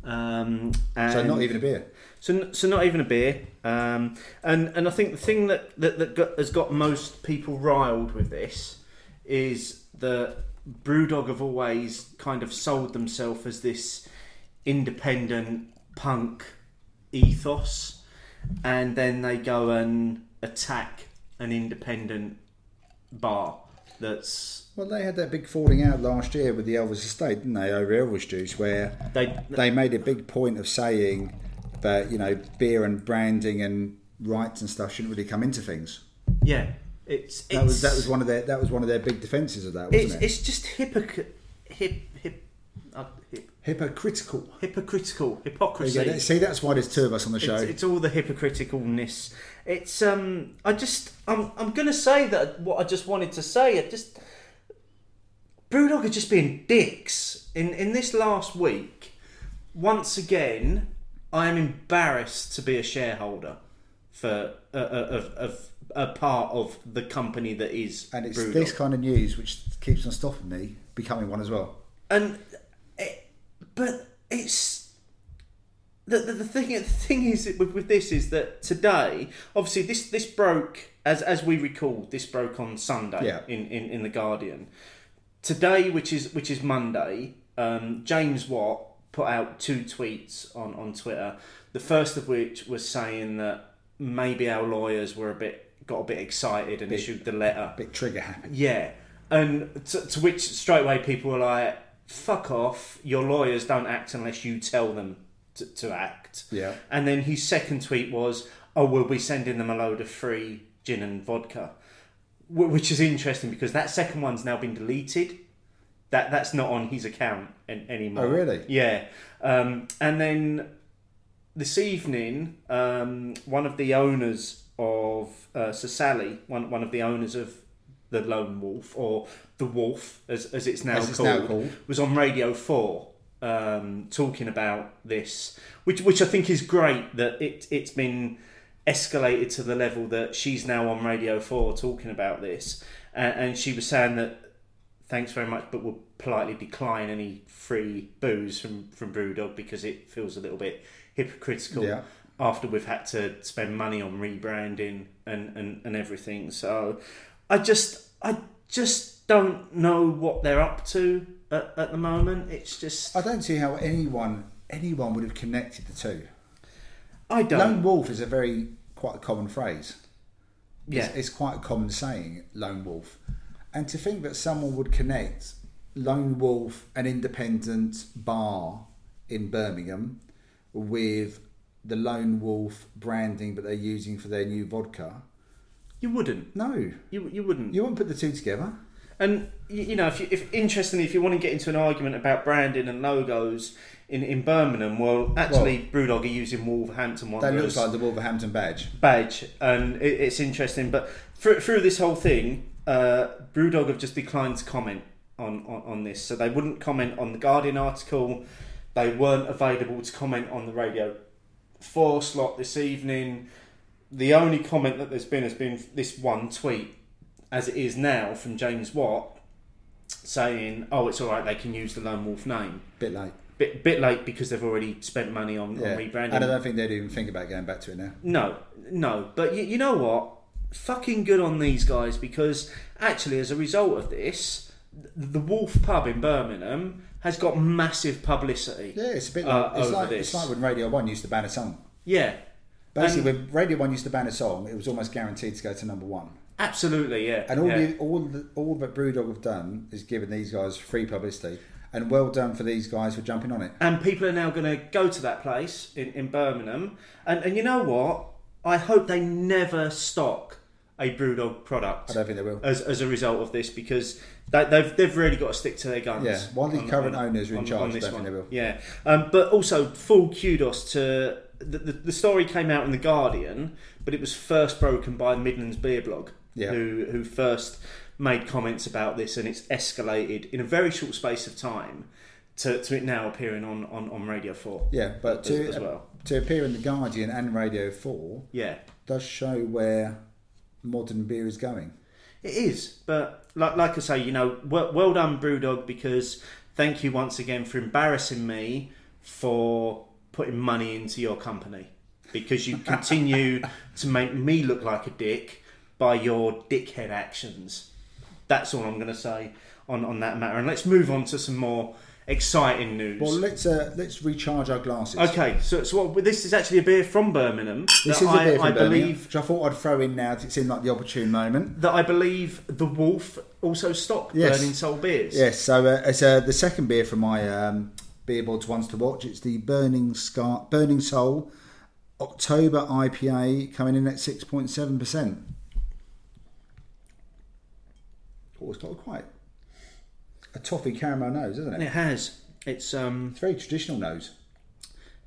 Speaker 2: Um, and
Speaker 3: so not even a beer.
Speaker 2: So, so not even a beer. Um, and and I think the thing that that, that got, has got most people riled with this is that Brewdog have always kind of sold themselves as this independent punk ethos, and then they go and attack an independent bar that's
Speaker 3: Well, they had that big falling out last year with the Elvis Estate, didn't they, over Elvis Juice, where
Speaker 2: they
Speaker 3: they made a big point of saying that, you know, beer and branding and rights and stuff shouldn't really come into things.
Speaker 2: yeah it's, it's
Speaker 3: That was that was one of their that was one of their big defences of that, wasn't
Speaker 2: it's,
Speaker 3: it?
Speaker 2: it's just hypocrite hip hip. Uh, hip
Speaker 3: Hypocritical.
Speaker 2: hypocritical
Speaker 3: There you
Speaker 2: hypocrisy
Speaker 3: go. See, that's why there's two of us on the show.
Speaker 2: it's, it's all the hypocriticalness it's um i just i'm i'm gonna say that what i just wanted to say it just brewdog are just being dicks in in this last week once again i am embarrassed to be a shareholder for uh, uh, of of a part of the company that is
Speaker 3: and it's
Speaker 2: Brewdog.
Speaker 3: this kind of news which keeps on stopping me becoming one as well.
Speaker 2: and it, but it's the, the, the thing the thing is with, with this is that today obviously this this broke as as we recall this broke on Sunday
Speaker 3: Yeah.
Speaker 2: in, in in the Guardian today which is which is Monday um, James Watt put out two tweets on on Twitter the first of which was saying that maybe our lawyers were a bit got a bit excited and issued the letter
Speaker 3: bit trigger happy.
Speaker 2: yeah, and to, to which straight away people were like, "Fuck off! Your lawyers don't act unless you tell them to, to act."
Speaker 3: Yeah.
Speaker 2: And then his second tweet was, "Oh, we'll be sending them a load of free gin and vodka," Wh- which is interesting because that second one's now been deleted. That that's not on his account an, anymore.
Speaker 3: Oh, really?
Speaker 2: Yeah. Um, and then this evening, um, one of the owners of uh, Sir Sally, one one of the owners of the Lone Wolf or the Wolf, as as it's now,
Speaker 3: As it's
Speaker 2: called,
Speaker 3: now called.
Speaker 2: was on Radio Four um, talking about this, which which I think is great that it it's been escalated to the level that she's now on Radio Four talking about this, and, and she was saying that thanks very much, but we'll politely decline any free booze from from Brewdog because it feels a little bit hypocritical
Speaker 3: Yeah.
Speaker 2: after we've had to spend money on rebranding and and and everything. So I just I just don't know what they're up to at, at the moment. It's just
Speaker 3: I don't see how anyone anyone would have connected the two.
Speaker 2: I don't.
Speaker 3: Lone wolf is a very quite a common phrase.
Speaker 2: yeah,
Speaker 3: It's, it's quite a common saying, lone wolf. And to think that someone would connect lone wolf, an independent bar in Birmingham, with the lone wolf branding that they're using for their new vodka.
Speaker 2: you wouldn't.
Speaker 3: No,
Speaker 2: You you wouldn't.
Speaker 3: you wouldn't put the two together.
Speaker 2: And you, you know, if, you, if interestingly, if you want to get into an argument about branding and logos in, in Birmingham, well, actually, Brewdog are using Wolverhampton
Speaker 3: That
Speaker 2: Wanderers
Speaker 3: looks like the Wolverhampton badge.
Speaker 2: badge, and it, it's interesting. But through, through this whole thing, uh, Brewdog have just declined to comment on, on on this, so they wouldn't comment on the Guardian article. They weren't available to comment on the radio four slot this evening. The only comment that there's been has been this one tweet, as it is now, from James Watt saying, "Oh, it's all right. They can use the Lone Wolf name."
Speaker 3: Bit late.
Speaker 2: Bit, bit late because they've already spent money on,
Speaker 3: Yeah.
Speaker 2: on rebranding.
Speaker 3: And I don't think they'd even think about going back to it now.
Speaker 2: No, no. But you, you know what? Fucking good on these guys because actually, as a result of this, th- the Wolf Pub in Birmingham has got massive publicity.
Speaker 3: Yeah, it's a bit
Speaker 2: Uh,
Speaker 3: like, it's,
Speaker 2: over
Speaker 3: like
Speaker 2: this.
Speaker 3: it's like when Radio 1 used to ban a song.
Speaker 2: Yeah,
Speaker 3: Basically, when Radio 1 used to ban a song, it was almost guaranteed to go to number one.
Speaker 2: absolutely. Yeah,
Speaker 3: And all
Speaker 2: yeah.
Speaker 3: the, all the, all that Brewdog have done is given these guys free publicity, and well done for these guys for jumping on it.
Speaker 2: and people are now going to go to that place in, in Birmingham. And and you know what? I hope they never stock a Brewdog product.
Speaker 3: I don't think they will.
Speaker 2: as, as a result of this because they, they've they've really got to stick to their guns.
Speaker 3: Yeah, while the
Speaker 2: on-
Speaker 3: current
Speaker 2: on-
Speaker 3: owners are in
Speaker 2: on-
Speaker 3: charge,
Speaker 2: on this
Speaker 3: definitely
Speaker 2: one.
Speaker 3: will.
Speaker 2: Yeah, um, but also full kudos to the, the, the story came out in the Guardian, but it was first broken by Midlands Beer Blog,
Speaker 3: Yeah.
Speaker 2: who who first made comments about this, and it's escalated in a very short space of time to, to it now appearing on, on, on Radio Four.
Speaker 3: Yeah, but to,
Speaker 2: As- as well.
Speaker 3: to appear in The Guardian and Radio 4
Speaker 2: Yeah,
Speaker 3: does show where modern beer is going.
Speaker 2: it is. But like like I say, you know, well, well done, Brewdog, because thank you once again for embarrassing me for putting money into your company because you
Speaker 3: [LAUGHS]
Speaker 2: continue to make me look like a dick by your dickhead actions. That's all I'm going to say on on that matter. And let's move on to some more exciting news.
Speaker 3: Well, let's uh, let's recharge our glasses.
Speaker 2: Okay, so, so what, this is actually a beer from Birmingham.
Speaker 3: This
Speaker 2: that
Speaker 3: is a
Speaker 2: I-
Speaker 3: beer from
Speaker 2: I
Speaker 3: Birmingham,
Speaker 2: believe
Speaker 3: which I thought I'd throw in now. 'cause It seemed like the opportune moment.
Speaker 2: that I believe the Wolf also stock
Speaker 3: Yes.
Speaker 2: Burning Soul beers.
Speaker 3: Yes, so uh, it's uh, the second beer from my um, beer boards ones to watch. It's the Burning Scar, Burning Soul October IPA coming in at six point seven percent. Oh, it's got quite a toffee caramel nose, isn't it?
Speaker 2: And it has it's um,
Speaker 3: It's very traditional nose.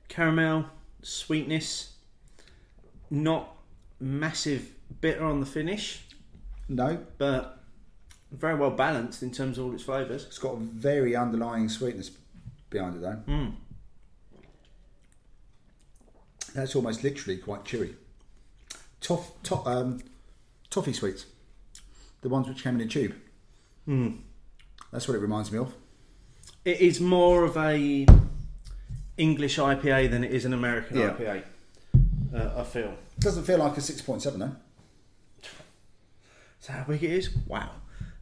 Speaker 2: caramel sweetness, not massive bitter on the finish,
Speaker 3: No,
Speaker 2: but very well balanced in terms of all its flavours.
Speaker 3: it's got a very underlying sweetness behind it though.
Speaker 2: Hmm.
Speaker 3: That's almost literally quite chewy. Toff, to, um, toffee sweets, the ones which came in a tube. Mm.
Speaker 2: Hmm.
Speaker 3: That's what it reminds me of.
Speaker 2: It is more of a English IPA than it is an American
Speaker 3: Yeah.
Speaker 2: IPA. Uh, I feel.
Speaker 3: Doesn't feel like a six point seven though.
Speaker 2: Is that how big it is? Wow.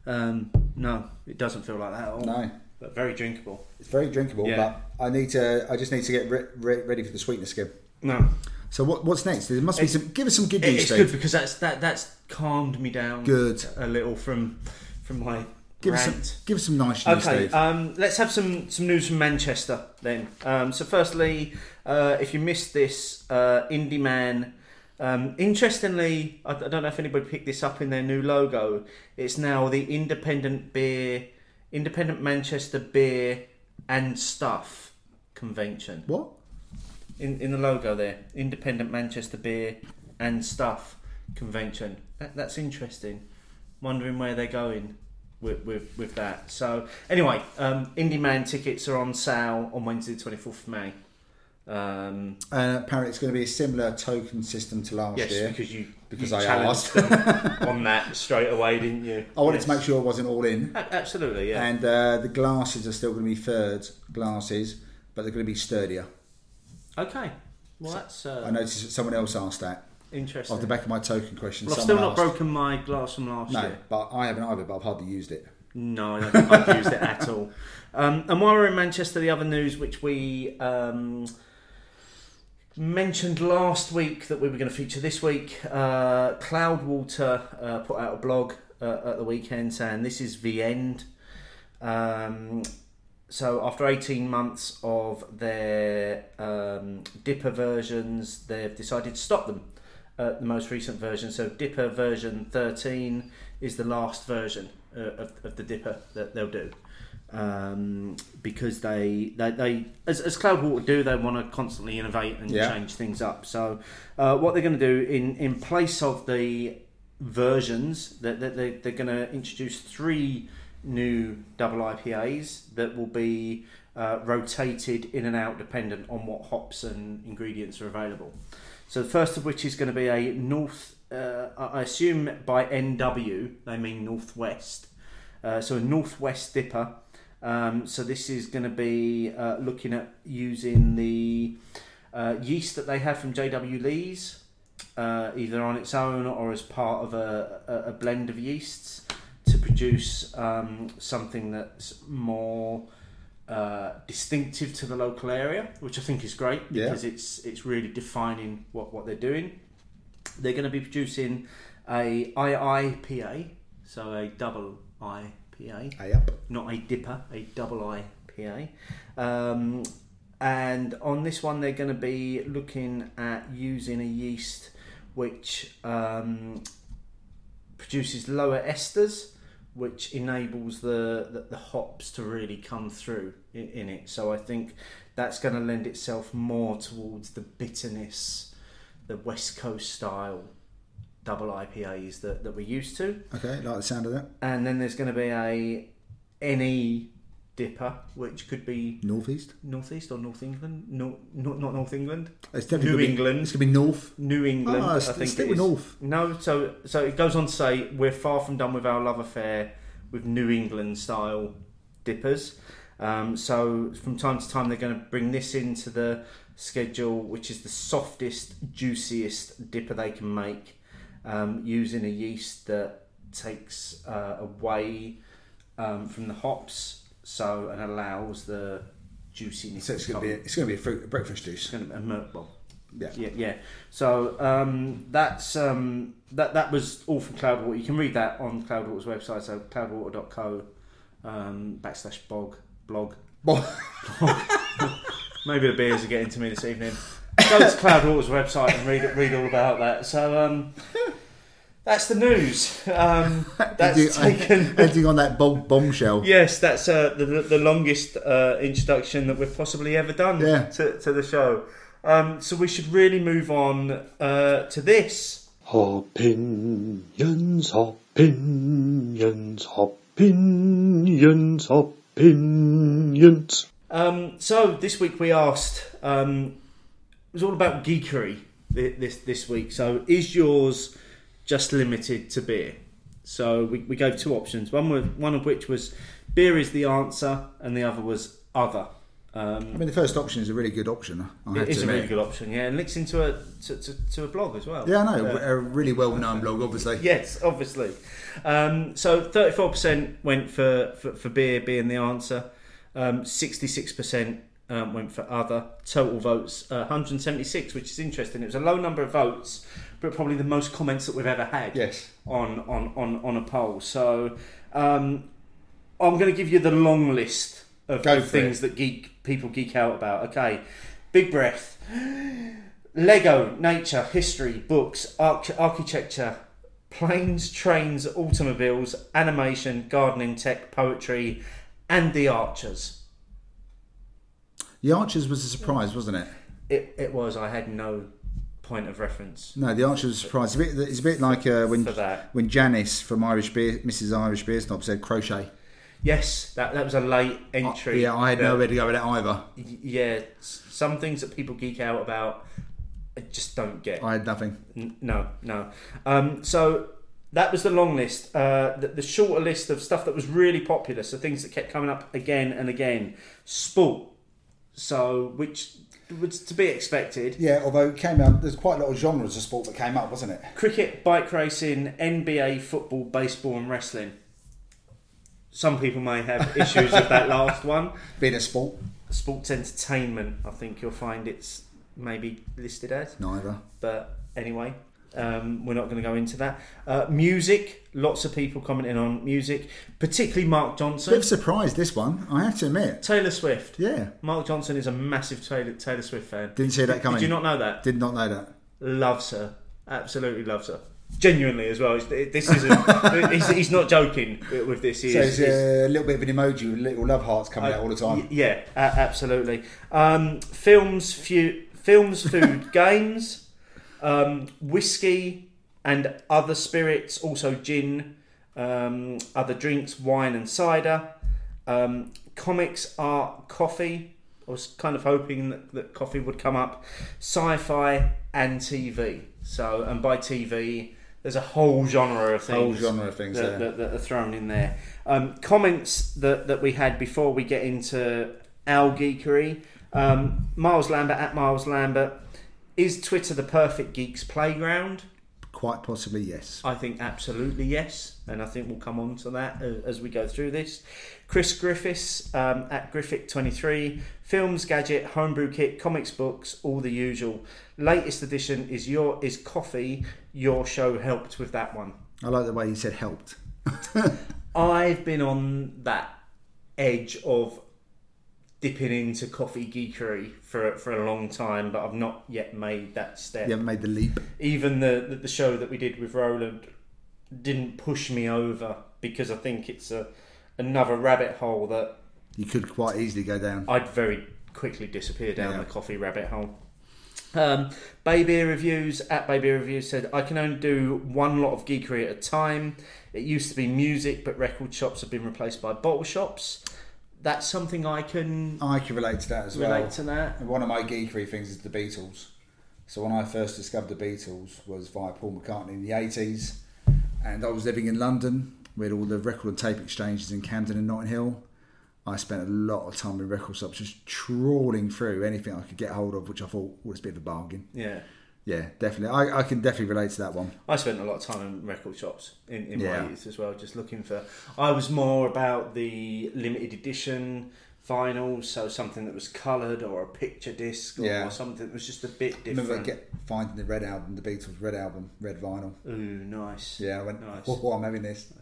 Speaker 2: Um, no, it doesn't feel like that at all.
Speaker 3: No,
Speaker 2: But very drinkable.
Speaker 3: it's very drinkable,
Speaker 2: Yeah.
Speaker 3: but I need to. I just need to get re- re- ready for the sweetness again.
Speaker 2: No.
Speaker 3: So what, what's next? There must be some. Give us some good news,
Speaker 2: It's
Speaker 3: Steve.
Speaker 2: good because that's that that's calmed me down
Speaker 3: Good.
Speaker 2: a little from from my
Speaker 3: Give us
Speaker 2: rant.
Speaker 3: some. Give us some nice news,
Speaker 2: Okay,
Speaker 3: Steve.
Speaker 2: um, let's have some, some news from Manchester then. Um, so, firstly, uh, if you missed this, uh, Indie Man. Um, interestingly, I, I don't know if anybody picked this up in their new logo. It's now the Independent Beer, Independent Manchester Beer and Stuff Convention
Speaker 3: what?
Speaker 2: in in the logo there. Independent Manchester Beer and Stuff Convention. That, that's interesting. Wondering where they're going with with, with that. So anyway, um, Indie Man tickets are on sale on Wednesday, the twenty fourth of May. Um,
Speaker 3: And Uh, apparently, it's going to be a similar token system to last
Speaker 2: yes,
Speaker 3: year.
Speaker 2: because you
Speaker 3: because
Speaker 2: you
Speaker 3: I
Speaker 2: challenged them on that straight away, didn't you?
Speaker 3: I wanted
Speaker 2: Yes.
Speaker 3: to make sure I wasn't all in.
Speaker 2: A- absolutely yeah.
Speaker 3: And uh, the glasses are still going to be third glasses, but they're going to be sturdier.
Speaker 2: okay. Well, that's
Speaker 3: I
Speaker 2: uh,
Speaker 3: noticed that someone else asked that
Speaker 2: interesting.
Speaker 3: off the back of my token question.
Speaker 2: well, I've still
Speaker 3: someone
Speaker 2: not
Speaker 3: asked,
Speaker 2: broken my glass from last
Speaker 3: No,
Speaker 2: year.
Speaker 3: but I haven't either. But I've hardly used it.
Speaker 2: No, I don't think I've used it at all. Um, and while we're in Manchester, the other news which we um, mentioned last week that we were going to feature this week, uh, Cloudwater uh, put out a blog uh, at the weekend saying this is the end. Um, so after 18 months of their um, Dipper versions, they've decided to stop them. Uh, the most recent version, so Dipper version 13 is the last version uh, of, of the Dipper that they'll do. Um, because they, they, they as, as Cloudwater do, they want to constantly innovate and
Speaker 3: Yeah.
Speaker 2: change things up. So, uh, what they're going to do in, in place of the versions that that they, they're going to introduce three new double IPAs that will be uh, rotated in and out dependent on what hops and ingredients are available. So the first of which is going to be a North. Uh, I I assume by NW they mean Northwest. Uh, so a Northwest dipper. Um, so this is going to be uh, looking at using the uh, yeast that they have from JW Lee's uh, either on its own or as part of a, a, a blend of yeasts to produce um, something that's more uh, distinctive to the local area, which I think is great
Speaker 3: Yeah.
Speaker 2: because it's it's really defining what, what they're doing. They're going to be producing a IIPA, so a double IPA
Speaker 3: Hey up.
Speaker 2: not a dipper, a double IPA. Um, and on this one, they're going to be looking at using a yeast which um, produces lower esters, which enables the, the, the hops to really come through in, in it. So I think that's going to lend itself more towards the bitterness, the West Coast style double IPAs that, that we're used to.
Speaker 3: Okay, like the sound of that.
Speaker 2: And then there's going to be a NE dipper, which could be
Speaker 3: Northeast.
Speaker 2: northeast or North England, no, not not North England,
Speaker 3: It's definitely
Speaker 2: New
Speaker 3: gonna be-
Speaker 2: England.
Speaker 3: It's gonna be North.
Speaker 2: New England.
Speaker 3: Ah,
Speaker 2: I
Speaker 3: st-
Speaker 2: think
Speaker 3: stick
Speaker 2: it
Speaker 3: with
Speaker 2: is.
Speaker 3: North.
Speaker 2: No, so so it goes on to say we're far from done with our love affair with New England style dippers. Um, so from time to time they're going to bring this into the schedule, which is the softest, juiciest dipper they can make, um, using a yeast that takes uh, away um, from the hops, so and allows the juiciness.
Speaker 3: So it's
Speaker 2: to
Speaker 3: gonna be
Speaker 2: come.
Speaker 3: it's gonna be a fruit breakfast
Speaker 2: It's
Speaker 3: juice.
Speaker 2: going to be a Merc bomb.
Speaker 3: Yeah.
Speaker 2: Yeah, yeah. So um, that's um, that. That was all from Cloudwater. You can read that on Cloudwater's website. So cloudwater.co um, backslash blog blog.
Speaker 3: Well,
Speaker 2: [LAUGHS] Maybe the beers are getting to me this evening. Go to Cloudwater's website and read it. Read all about that. So um, that's the news. Um, that's
Speaker 3: [LAUGHS]
Speaker 2: taken.
Speaker 3: Ending on that bomb, bombshell.
Speaker 2: Yes, that's uh, the, the longest uh, introduction that we've possibly ever done
Speaker 3: Yeah.
Speaker 2: to, to the show. Um, so we should really move on uh, to this.
Speaker 4: Opinions, opinions, opinions, opinions.
Speaker 2: Um, so this week we asked. Um, it was all about geekery thi- this this week. So is yours just limited to beer? So we, we gave two options. One was, one of which was beer is the answer, and the other was other.
Speaker 3: I
Speaker 2: Um,
Speaker 3: mean, the first option is a really good option. I have
Speaker 2: it is
Speaker 3: to
Speaker 2: a
Speaker 3: admit.
Speaker 2: really good option, yeah, and links into a to, to, to a blog as well.
Speaker 3: yeah, I know.
Speaker 2: Uh,
Speaker 3: a really well-known blog, obviously.
Speaker 2: yes, obviously. Um, so 34% went for, for, for beer being the answer. Um, 66% um, went for other. Total votes uh, 176, which is interesting. It was a low number of votes, but probably the most comments that we've ever had
Speaker 3: Yes.
Speaker 2: on, on, on, on a poll. So um, I'm going to give you the long list of,
Speaker 3: Go
Speaker 2: of
Speaker 3: for
Speaker 2: things that geek people geek out about. Okay, big breath. Lego, nature, history, books, arch- architecture, planes, trains, automobiles, animation, gardening, tech, poetry, and the Archers.
Speaker 3: The Archers was a surprise, wasn't it?
Speaker 2: It, it was. I had no point of reference.
Speaker 3: No, The Archers was a surprise. It's a bit, it's a bit like uh, when
Speaker 2: For that.
Speaker 3: when Janice from Irish Beer, Mrs. Irish Beer Snob said crochet.
Speaker 2: Yes, that, that was a late entry.
Speaker 3: Yeah, I had
Speaker 2: But,
Speaker 3: nowhere to go with that either.
Speaker 2: y- Yeah, s- some things that people geek out about, I just don't get.
Speaker 3: I had nothing.
Speaker 2: N- No, no. Um, so that was the long list. Uh, the, the shorter list of stuff that was really popular, so things that kept coming up again and again. Sport, so which was to be expected.
Speaker 3: Yeah, although it came out, there's quite a lot of genres of sport that came up, wasn't it?
Speaker 2: Cricket, bike racing, NBA, football, baseball, and wrestling. Some people may have issues with that last one.
Speaker 3: Being a sport,
Speaker 2: Sports entertainment, I think you'll find it's maybe listed as.
Speaker 3: neither.
Speaker 2: But anyway, um, we're not going to go into that. Uh, music, lots of people commenting on music, particularly Mark
Speaker 3: Bit
Speaker 2: Johnson.
Speaker 3: of surprise this one, I have to admit.
Speaker 2: Taylor Swift.
Speaker 3: Yeah,
Speaker 2: Mark Johnson is a massive Taylor, Taylor Swift fan.
Speaker 3: didn't see that coming.
Speaker 2: Did you not know that?
Speaker 3: Did not know that.
Speaker 2: Loves her. Absolutely loves her. Genuinely as well. It's- This
Speaker 3: [LAUGHS]
Speaker 2: isn't. he's, he's not joking with this. He
Speaker 3: So
Speaker 2: is,
Speaker 3: it's a little bit of an emoji with little love hearts coming out all the
Speaker 2: Y-
Speaker 3: time.
Speaker 2: Yeah, a- absolutely. Um, films, fu- films, food, games, um, whiskey, and other spirits. Also gin, um, other drinks, wine and cider. Um, comics, art, coffee. I was kind of hoping that, that coffee would come up. Sci-fi and TV. So, and by TV, there's a whole genre of things
Speaker 3: Whole genre of things
Speaker 2: that,
Speaker 3: there.
Speaker 2: that, that are thrown in there. Um, comments that, that we had before we get into our geekery. Um, Miles Lambert at Miles Lambert. Is Twitter the perfect geeks playground?
Speaker 3: Quite possibly, yes.
Speaker 2: I think absolutely yes, and I think we'll come on to that a- as we go through this. Chris Griffiths um, at Griffith23, films, gadget, homebrew kit, comics, books, all the usual. Latest edition is your is coffee. Your show helped with that one.
Speaker 3: I like the way you said helped.
Speaker 2: I've been on that edge of dipping into coffee geekery for for a long time, but I've not yet made that step.
Speaker 3: You haven't made the leap.
Speaker 2: Even the the- the show that we did with Roland didn't push me over because I think it's a another rabbit hole that
Speaker 3: You could quite easily go down.
Speaker 2: I'd very quickly disappear down
Speaker 3: Yeah.
Speaker 2: the coffee rabbit hole. Um, Bay Beer Reviews at Bay Beer Reviews said, I can only do one lot of geekery at a time. It used to be music, but record shops have been replaced by bottle shops. That's something I can
Speaker 3: I can relate to that as well.
Speaker 2: relate to that.
Speaker 3: And One of my geekery things is the Beatles. So when I first discovered the Beatles was via Paul McCartney in the eighties, and I was living in London. We had all the record and tape exchanges in Camden and Notting Hill. I spent a lot of time in record shops just trawling through anything I could get hold of, which I thought was a bit of a bargain.
Speaker 2: Yeah.
Speaker 3: Yeah, definitely. I, I can definitely relate to that one.
Speaker 2: I spent a lot of time in record shops in, in
Speaker 3: Yeah.
Speaker 2: my youth as well, just looking for. I was more about the limited edition vinyl, so something that was coloured or a picture disc or
Speaker 3: Yeah.
Speaker 2: something that was just a bit different.
Speaker 3: Remember get, finding the Red album, the Beatles Red album, Red vinyl.
Speaker 2: Ooh, nice.
Speaker 3: Yeah, I went.
Speaker 2: Nice.
Speaker 3: Oh, I'm having this.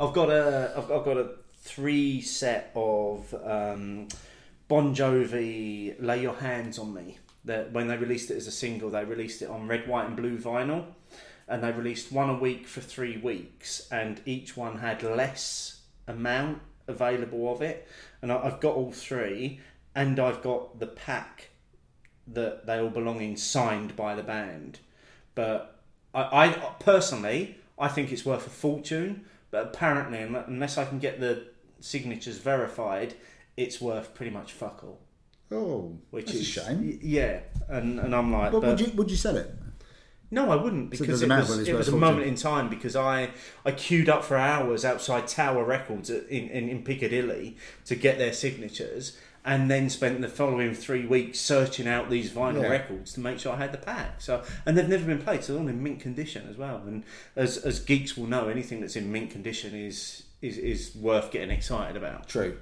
Speaker 2: I've got a I've, I've got a three set of um, Bon Jovi "Lay Your Hands on Me." That when they released it as a single, they released it on red, white, and blue vinyl, and they released one a week for three weeks, and each one had less amount available of it. And I, I've got all three, and I've got the pack that they all belong in signed by the band. But I, I personally, I think it's worth a fortune. But apparently, un- unless I can get the signatures verified, it's worth pretty much fuck all.
Speaker 3: Oh,
Speaker 2: Which
Speaker 3: that's
Speaker 2: is
Speaker 3: a shame.
Speaker 2: y- yeah, and and I'm like,
Speaker 3: But,
Speaker 2: but-
Speaker 3: would you would you sell it?
Speaker 2: no, I wouldn't
Speaker 3: So it
Speaker 2: because
Speaker 3: doesn't
Speaker 2: it,
Speaker 3: matter
Speaker 2: was,
Speaker 3: whether it's
Speaker 2: it
Speaker 3: worth
Speaker 2: was a
Speaker 3: fortune.
Speaker 2: moment in time because I, I queued up for hours outside Tower Records at- in, in, in Piccadilly to get their signatures and then spent the following three weeks searching out these vinyl
Speaker 3: Yeah.
Speaker 2: records to make sure I had the pack. So and they've never been played, so they're all in mint condition as well. And as as geeks will know, anything that's in mint condition is is, is worth getting excited about.
Speaker 3: True.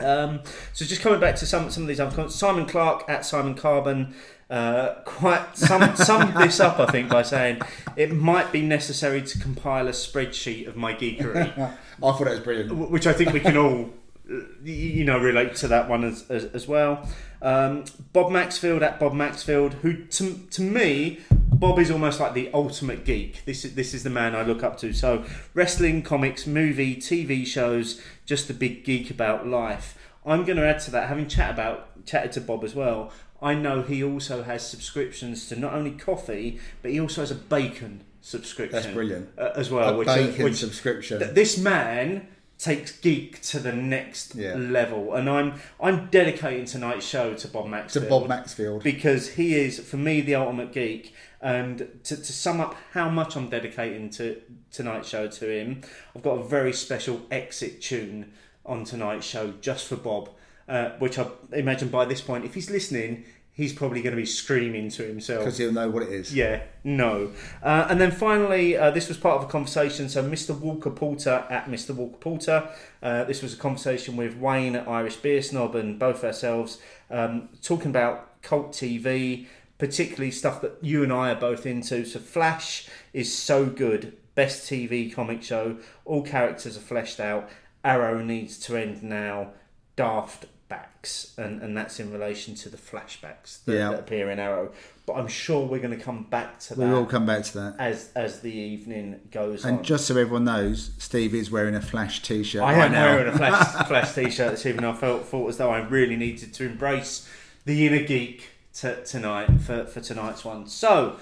Speaker 2: Um, so just coming back to some some of these other comments, Simon Clark at Simon Carbon uh, quite sum, [LAUGHS] summed this up, I think, by saying it might be necessary to compile a spreadsheet of my geekery,
Speaker 3: I thought that was brilliant.
Speaker 2: w- which I think we can all [LAUGHS] uh, y- you know relate to that one as as, as well. Um, Bob Maxfield at Bob Maxfield, who to, to me. Bob is almost like the ultimate geek. This is this is the man I look up to. So wrestling, comics, movie, TV shows, just a big geek about life. I'm going to add to that, having chat about chatted to Bob as well. I know he also has subscriptions to not only coffee, but he also has a bacon subscription.
Speaker 3: That's brilliant.
Speaker 2: uh, as well.
Speaker 3: A
Speaker 2: which,
Speaker 3: bacon
Speaker 2: which-
Speaker 3: subscription.
Speaker 2: th- this man takes geek to the next
Speaker 3: Yeah.
Speaker 2: level, and I'm I'm dedicating tonight's show to Bob
Speaker 3: to
Speaker 2: Maxfield.
Speaker 3: Bob Maxfield.
Speaker 2: because he is for me the ultimate geek. And to, to sum up how much I'm dedicating to tonight's show to him, I've got a very special exit tune on tonight's show just for Bob, uh, which I imagine by this point, if he's listening, he's probably going to be screaming to himself.
Speaker 3: Because he'll know what it is.
Speaker 2: Yeah, no. Uh, and then finally, uh, this was part of a conversation. So, Mr. Walker Porter at Mr. Walker Porter. Uh, this was a conversation with Wayne at Irish Beer Snob and both ourselves um, talking about cult TV, particularly stuff that you and I are both into. So, Flash is so good. Best TV comic show. All characters are fleshed out. Arrow needs to end now. Daft backs. And, and that's in relation to the flashbacks that,
Speaker 3: Yeah.
Speaker 2: that appear in Arrow. But I'm sure we're going to come back to
Speaker 3: We
Speaker 2: that
Speaker 3: will come back to that.
Speaker 2: as as the evening goes
Speaker 3: And
Speaker 2: on.
Speaker 3: just so everyone knows, Steve is wearing a Flash t-shirt
Speaker 2: I
Speaker 3: right
Speaker 2: am
Speaker 3: now.
Speaker 2: wearing a flash,
Speaker 3: [LAUGHS]
Speaker 2: flash t-shirt this evening. I felt thought as though I really needed to embrace the inner geek t- tonight for, for tonight's one. So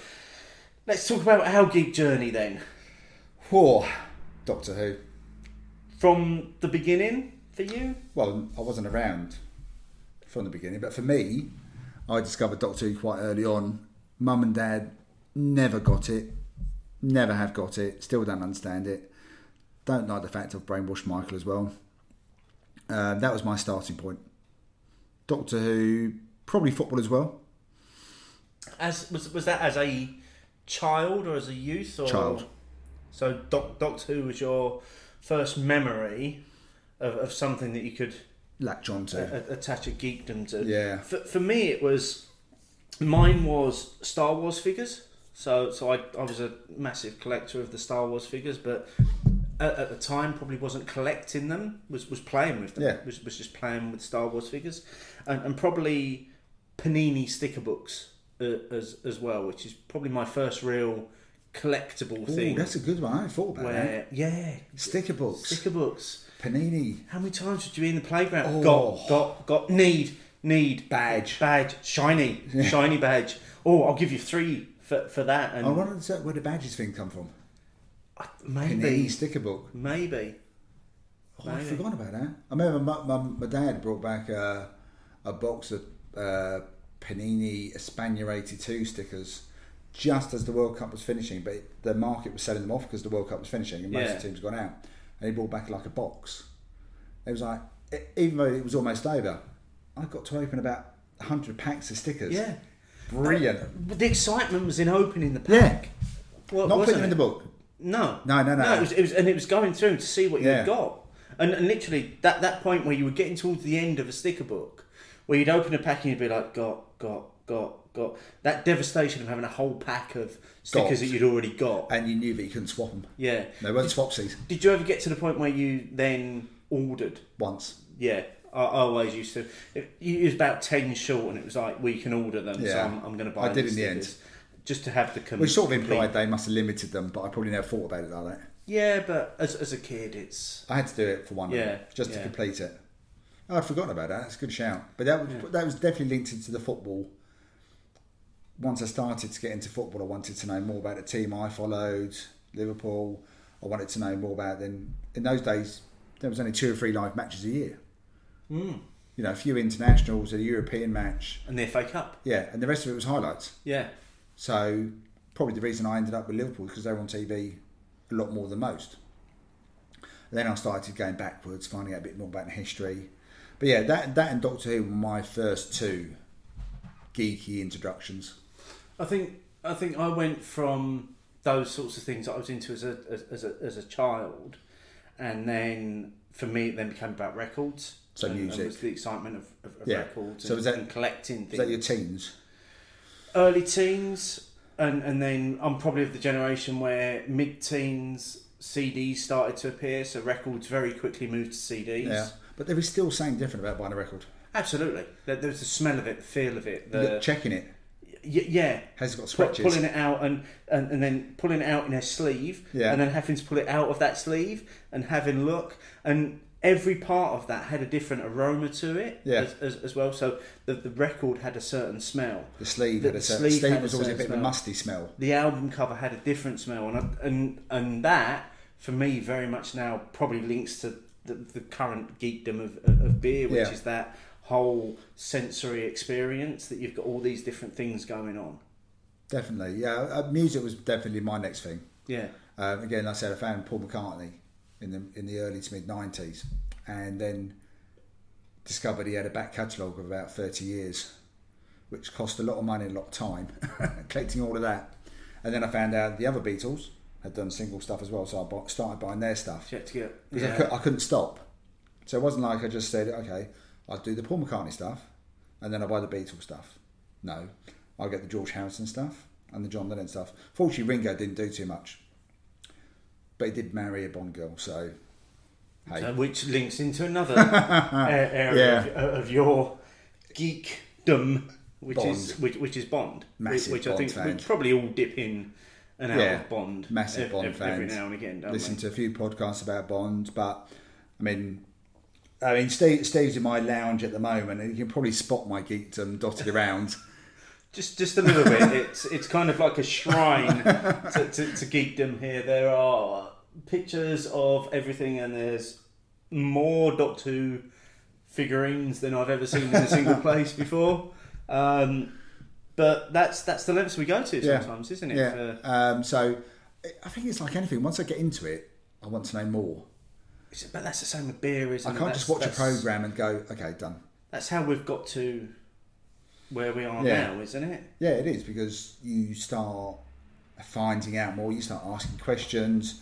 Speaker 2: let's talk about our geek journey then,
Speaker 3: Whoa. Doctor Who.
Speaker 2: from the beginning for you.
Speaker 3: Well, I wasn't around from the beginning, but for me, I discovered Doctor Who quite early on. Mum and Dad never got it, never have got it, still don't understand it. Don't like the fact I've brainwashed Michael as well. Uh, that was my starting point. Doctor Who, probably football as well.
Speaker 2: As was was that as a child or as a youth or
Speaker 3: Child.
Speaker 2: So Doc, Doctor Who was your first memory of, of something that you could
Speaker 3: Latch on to.
Speaker 2: a- attach a geekdom to.
Speaker 3: Yeah.
Speaker 2: For, for me, it was mine was Star Wars figures. So so I, I was a massive collector of the Star Wars figures, but at, at the time probably wasn't collecting them. Was was playing with them.
Speaker 3: Yeah.
Speaker 2: Was was just playing with Star Wars figures, and, and probably Panini sticker books uh, as as well, which is probably my first real collectible
Speaker 3: Ooh,
Speaker 2: thing.
Speaker 3: that's a good one. I hadn't thought about that.
Speaker 2: where yeah,
Speaker 3: Sticker books,
Speaker 2: sticker books.
Speaker 3: panini.
Speaker 2: How many times would you be in the playground?
Speaker 3: Oh.
Speaker 2: Got, got, got, need, need
Speaker 3: Badge.
Speaker 2: badge,
Speaker 3: [LAUGHS]
Speaker 2: shiny, shiny badge. Oh, I'll give you three for, for that. And
Speaker 3: I wonder does that- where the badges thing come from?
Speaker 2: I-
Speaker 3: In
Speaker 2: maybe,
Speaker 3: the e sticker book.
Speaker 2: maybe.
Speaker 3: Oh, I
Speaker 2: Maybe.
Speaker 3: forgot about that. I remember my, my, my dad brought back a, a box of uh, Panini Espana 82 stickers just as the World Cup was finishing, but the market was selling them off because the World Cup was finishing and most
Speaker 2: Yeah.
Speaker 3: of the teams gone out. And he brought back like a box. It was like, e- even though it was almost over, I got to open about 100 packs of stickers.
Speaker 2: Yeah.
Speaker 3: Brilliant.
Speaker 2: But the excitement was in opening the
Speaker 3: Yeah.
Speaker 2: pack. Well,
Speaker 3: Not
Speaker 2: wasn't
Speaker 3: putting them in
Speaker 2: it?
Speaker 3: the book.
Speaker 2: No,
Speaker 3: No, no, no.
Speaker 2: it was, it was, and it was going through to see what you
Speaker 3: Yeah.
Speaker 2: had got, and, and literally that that point where you were getting towards the end of a sticker book, where you'd open a pack and you'd be like, got, got, got, got. That devastation of having a whole pack of stickers
Speaker 3: Got. Uh,
Speaker 2: that you'd already got.
Speaker 3: And you knew that you couldn't swap them.
Speaker 2: yeah.
Speaker 3: They weren't swapsies.
Speaker 2: Did you ever get to the point where you then ordered?
Speaker 3: Once.
Speaker 2: Yeah. I I always used to. It, it was about ten short, and it was like we can order them, so
Speaker 3: Yeah.
Speaker 2: I'm, I'm going to buy.
Speaker 3: I did
Speaker 2: these
Speaker 3: in the end.
Speaker 2: stickers, just to have the. Com-
Speaker 3: Which sort of
Speaker 2: complete-
Speaker 3: implied they must have limited them, but I probably never thought about it like that.
Speaker 2: Yeah, but as, as a kid, it's
Speaker 3: I had to do it for one,
Speaker 2: Yeah,
Speaker 3: just
Speaker 2: yeah.
Speaker 3: to complete it. Oh, I'd forgotten about that. That's a good shout. But that was, that was definitely linked into the football. Once I started to get into football, I wanted to know more about the team I followed, Liverpool. I wanted to know more about them. In those days, there was only two or three live matches a year.
Speaker 2: Hmm.
Speaker 3: You know, a few internationals, a European match.
Speaker 2: and the FA Cup.
Speaker 3: Yeah, and the rest of it was highlights.
Speaker 2: Yeah.
Speaker 3: So probably the reason I ended up with Liverpool because they were on TV a lot more than most. Then I started going backwards, finding out a bit more about the history. But yeah, that that and Doctor Who were my first two geeky introductions.
Speaker 2: I think I think I went from those sorts of things that I was into as a as, as a as a child, and then for me it then became about records.
Speaker 3: So
Speaker 2: and,
Speaker 3: music.
Speaker 2: and was the excitement of, of, of
Speaker 3: Yeah.
Speaker 2: records.
Speaker 3: So
Speaker 2: and,
Speaker 3: was that-
Speaker 2: and collecting
Speaker 3: Was
Speaker 2: things?
Speaker 3: that your teens?
Speaker 2: Early teens, and and then I'm probably of the generation where mid teens CDs started to appear, so records very quickly moved to CDs.
Speaker 3: Yeah. But there was still something different about buying a record.
Speaker 2: Absolutely, there, there was the smell of it, the feel of it,
Speaker 3: Look,
Speaker 2: the
Speaker 3: Checking it
Speaker 2: y- yeah,
Speaker 3: has it got
Speaker 2: Pu-
Speaker 3: scratches.
Speaker 2: pulling it out and, and, and then pulling it out in a sleeve
Speaker 3: Yeah.
Speaker 2: and then having to pull it out of that sleeve and having look and every part of that had a different aroma to it
Speaker 3: Yeah.
Speaker 2: as, as, as well so the, the record had a certain smell
Speaker 3: the sleeve,
Speaker 2: the
Speaker 3: had a certain-
Speaker 2: sleeve
Speaker 3: sleeve
Speaker 2: had a
Speaker 3: was always a
Speaker 2: certain
Speaker 3: bit of a
Speaker 2: smell.
Speaker 3: musty smell.
Speaker 2: the album cover had a different smell and I, and and that for me very much now probably links to the, the current geekdom of, of beer which
Speaker 3: Yeah.
Speaker 2: is that whole sensory experience that you've got all these different things going on
Speaker 3: Definitely, yeah. Uh, music was definitely my next thing.
Speaker 2: yeah
Speaker 3: Um, again, like I said, I found Paul McCartney in the in the early to mid '90s, and then discovered he had a back catalogue of about 30 years, which cost a lot of money and a lot of time [LAUGHS] collecting all of that. And then I found out the other Beatles had done single stuff as well, so I bu- started buying their stuff
Speaker 2: Check to get-
Speaker 3: because I,
Speaker 2: yeah.
Speaker 3: cou- I couldn't stop. So it wasn't like I just said, okay, I'll do the Paul McCartney stuff and then I'll buy the Beatles stuff. No, I'll get the George Harrison stuff and the John Lennon stuff. Fortunately, Ringo didn't do too much, but he did marry a Bond girl, so hey.
Speaker 2: Uh, which links into
Speaker 3: [LAUGHS]
Speaker 2: another a- area
Speaker 3: Yeah.
Speaker 2: of, of your geekdom, which is which, which is Bond,
Speaker 3: Massive
Speaker 2: which I
Speaker 3: Bond
Speaker 2: think
Speaker 3: fan.
Speaker 2: we probably all dip in and out
Speaker 3: Yeah.
Speaker 2: of Bond,
Speaker 3: Massive
Speaker 2: ev-
Speaker 3: Bond
Speaker 2: ev- every
Speaker 3: fans.
Speaker 2: now and again. Don't
Speaker 3: listen
Speaker 2: we?
Speaker 3: to a few podcasts about Bond, but I mean, I mean, Steve, Steve's in my lounge at the moment, and you can probably spot my geekdom dotted around.
Speaker 2: Just just a little bit. It's it's kind of like a shrine to, to, to geekdom here. There are pictures of everything, and there's more Doctor Who figurines than I've ever seen in a
Speaker 3: [LAUGHS]
Speaker 2: single place before. Um, but that's that's the lengths we go to
Speaker 3: Yeah.
Speaker 2: sometimes, isn't it?
Speaker 3: Yeah.
Speaker 2: For-
Speaker 3: Um, so I think it's like anything. Once I get into it, I want to know more.
Speaker 2: It's- But that's the same with beer, isn't
Speaker 3: I
Speaker 2: it?
Speaker 3: can't just
Speaker 2: That's-
Speaker 3: watch a
Speaker 2: that's-
Speaker 3: program and go, okay, done.
Speaker 2: That's how we've got to where we are
Speaker 3: Yeah.
Speaker 2: now, isn't it?
Speaker 3: Yeah, it is because you start finding out more. You start asking questions.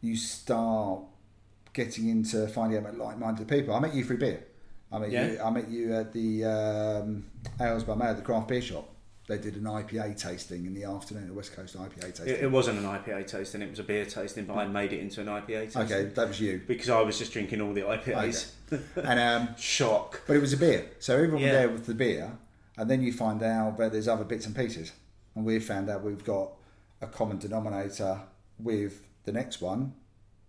Speaker 3: You start getting into finding out about like-minded people. I met you through beer. I met you.
Speaker 2: Yeah.
Speaker 3: I met you at the um, Ales by Mail, the craft beer shop. They did an IPA tasting in the afternoon, a West Coast IPA tasting.
Speaker 2: it? It wasn't an IPA tasting; it was a beer tasting, but I made it into an IPA tasting.
Speaker 3: okay, that was you.
Speaker 2: Because I was just drinking all the IPAs.
Speaker 3: And um,
Speaker 2: [LAUGHS] Shock.
Speaker 3: But it was a beer. So everyone
Speaker 2: Yeah.
Speaker 3: there with the beer, and then you find out that there's other bits and pieces. And we've found out we've got a common denominator with the next one,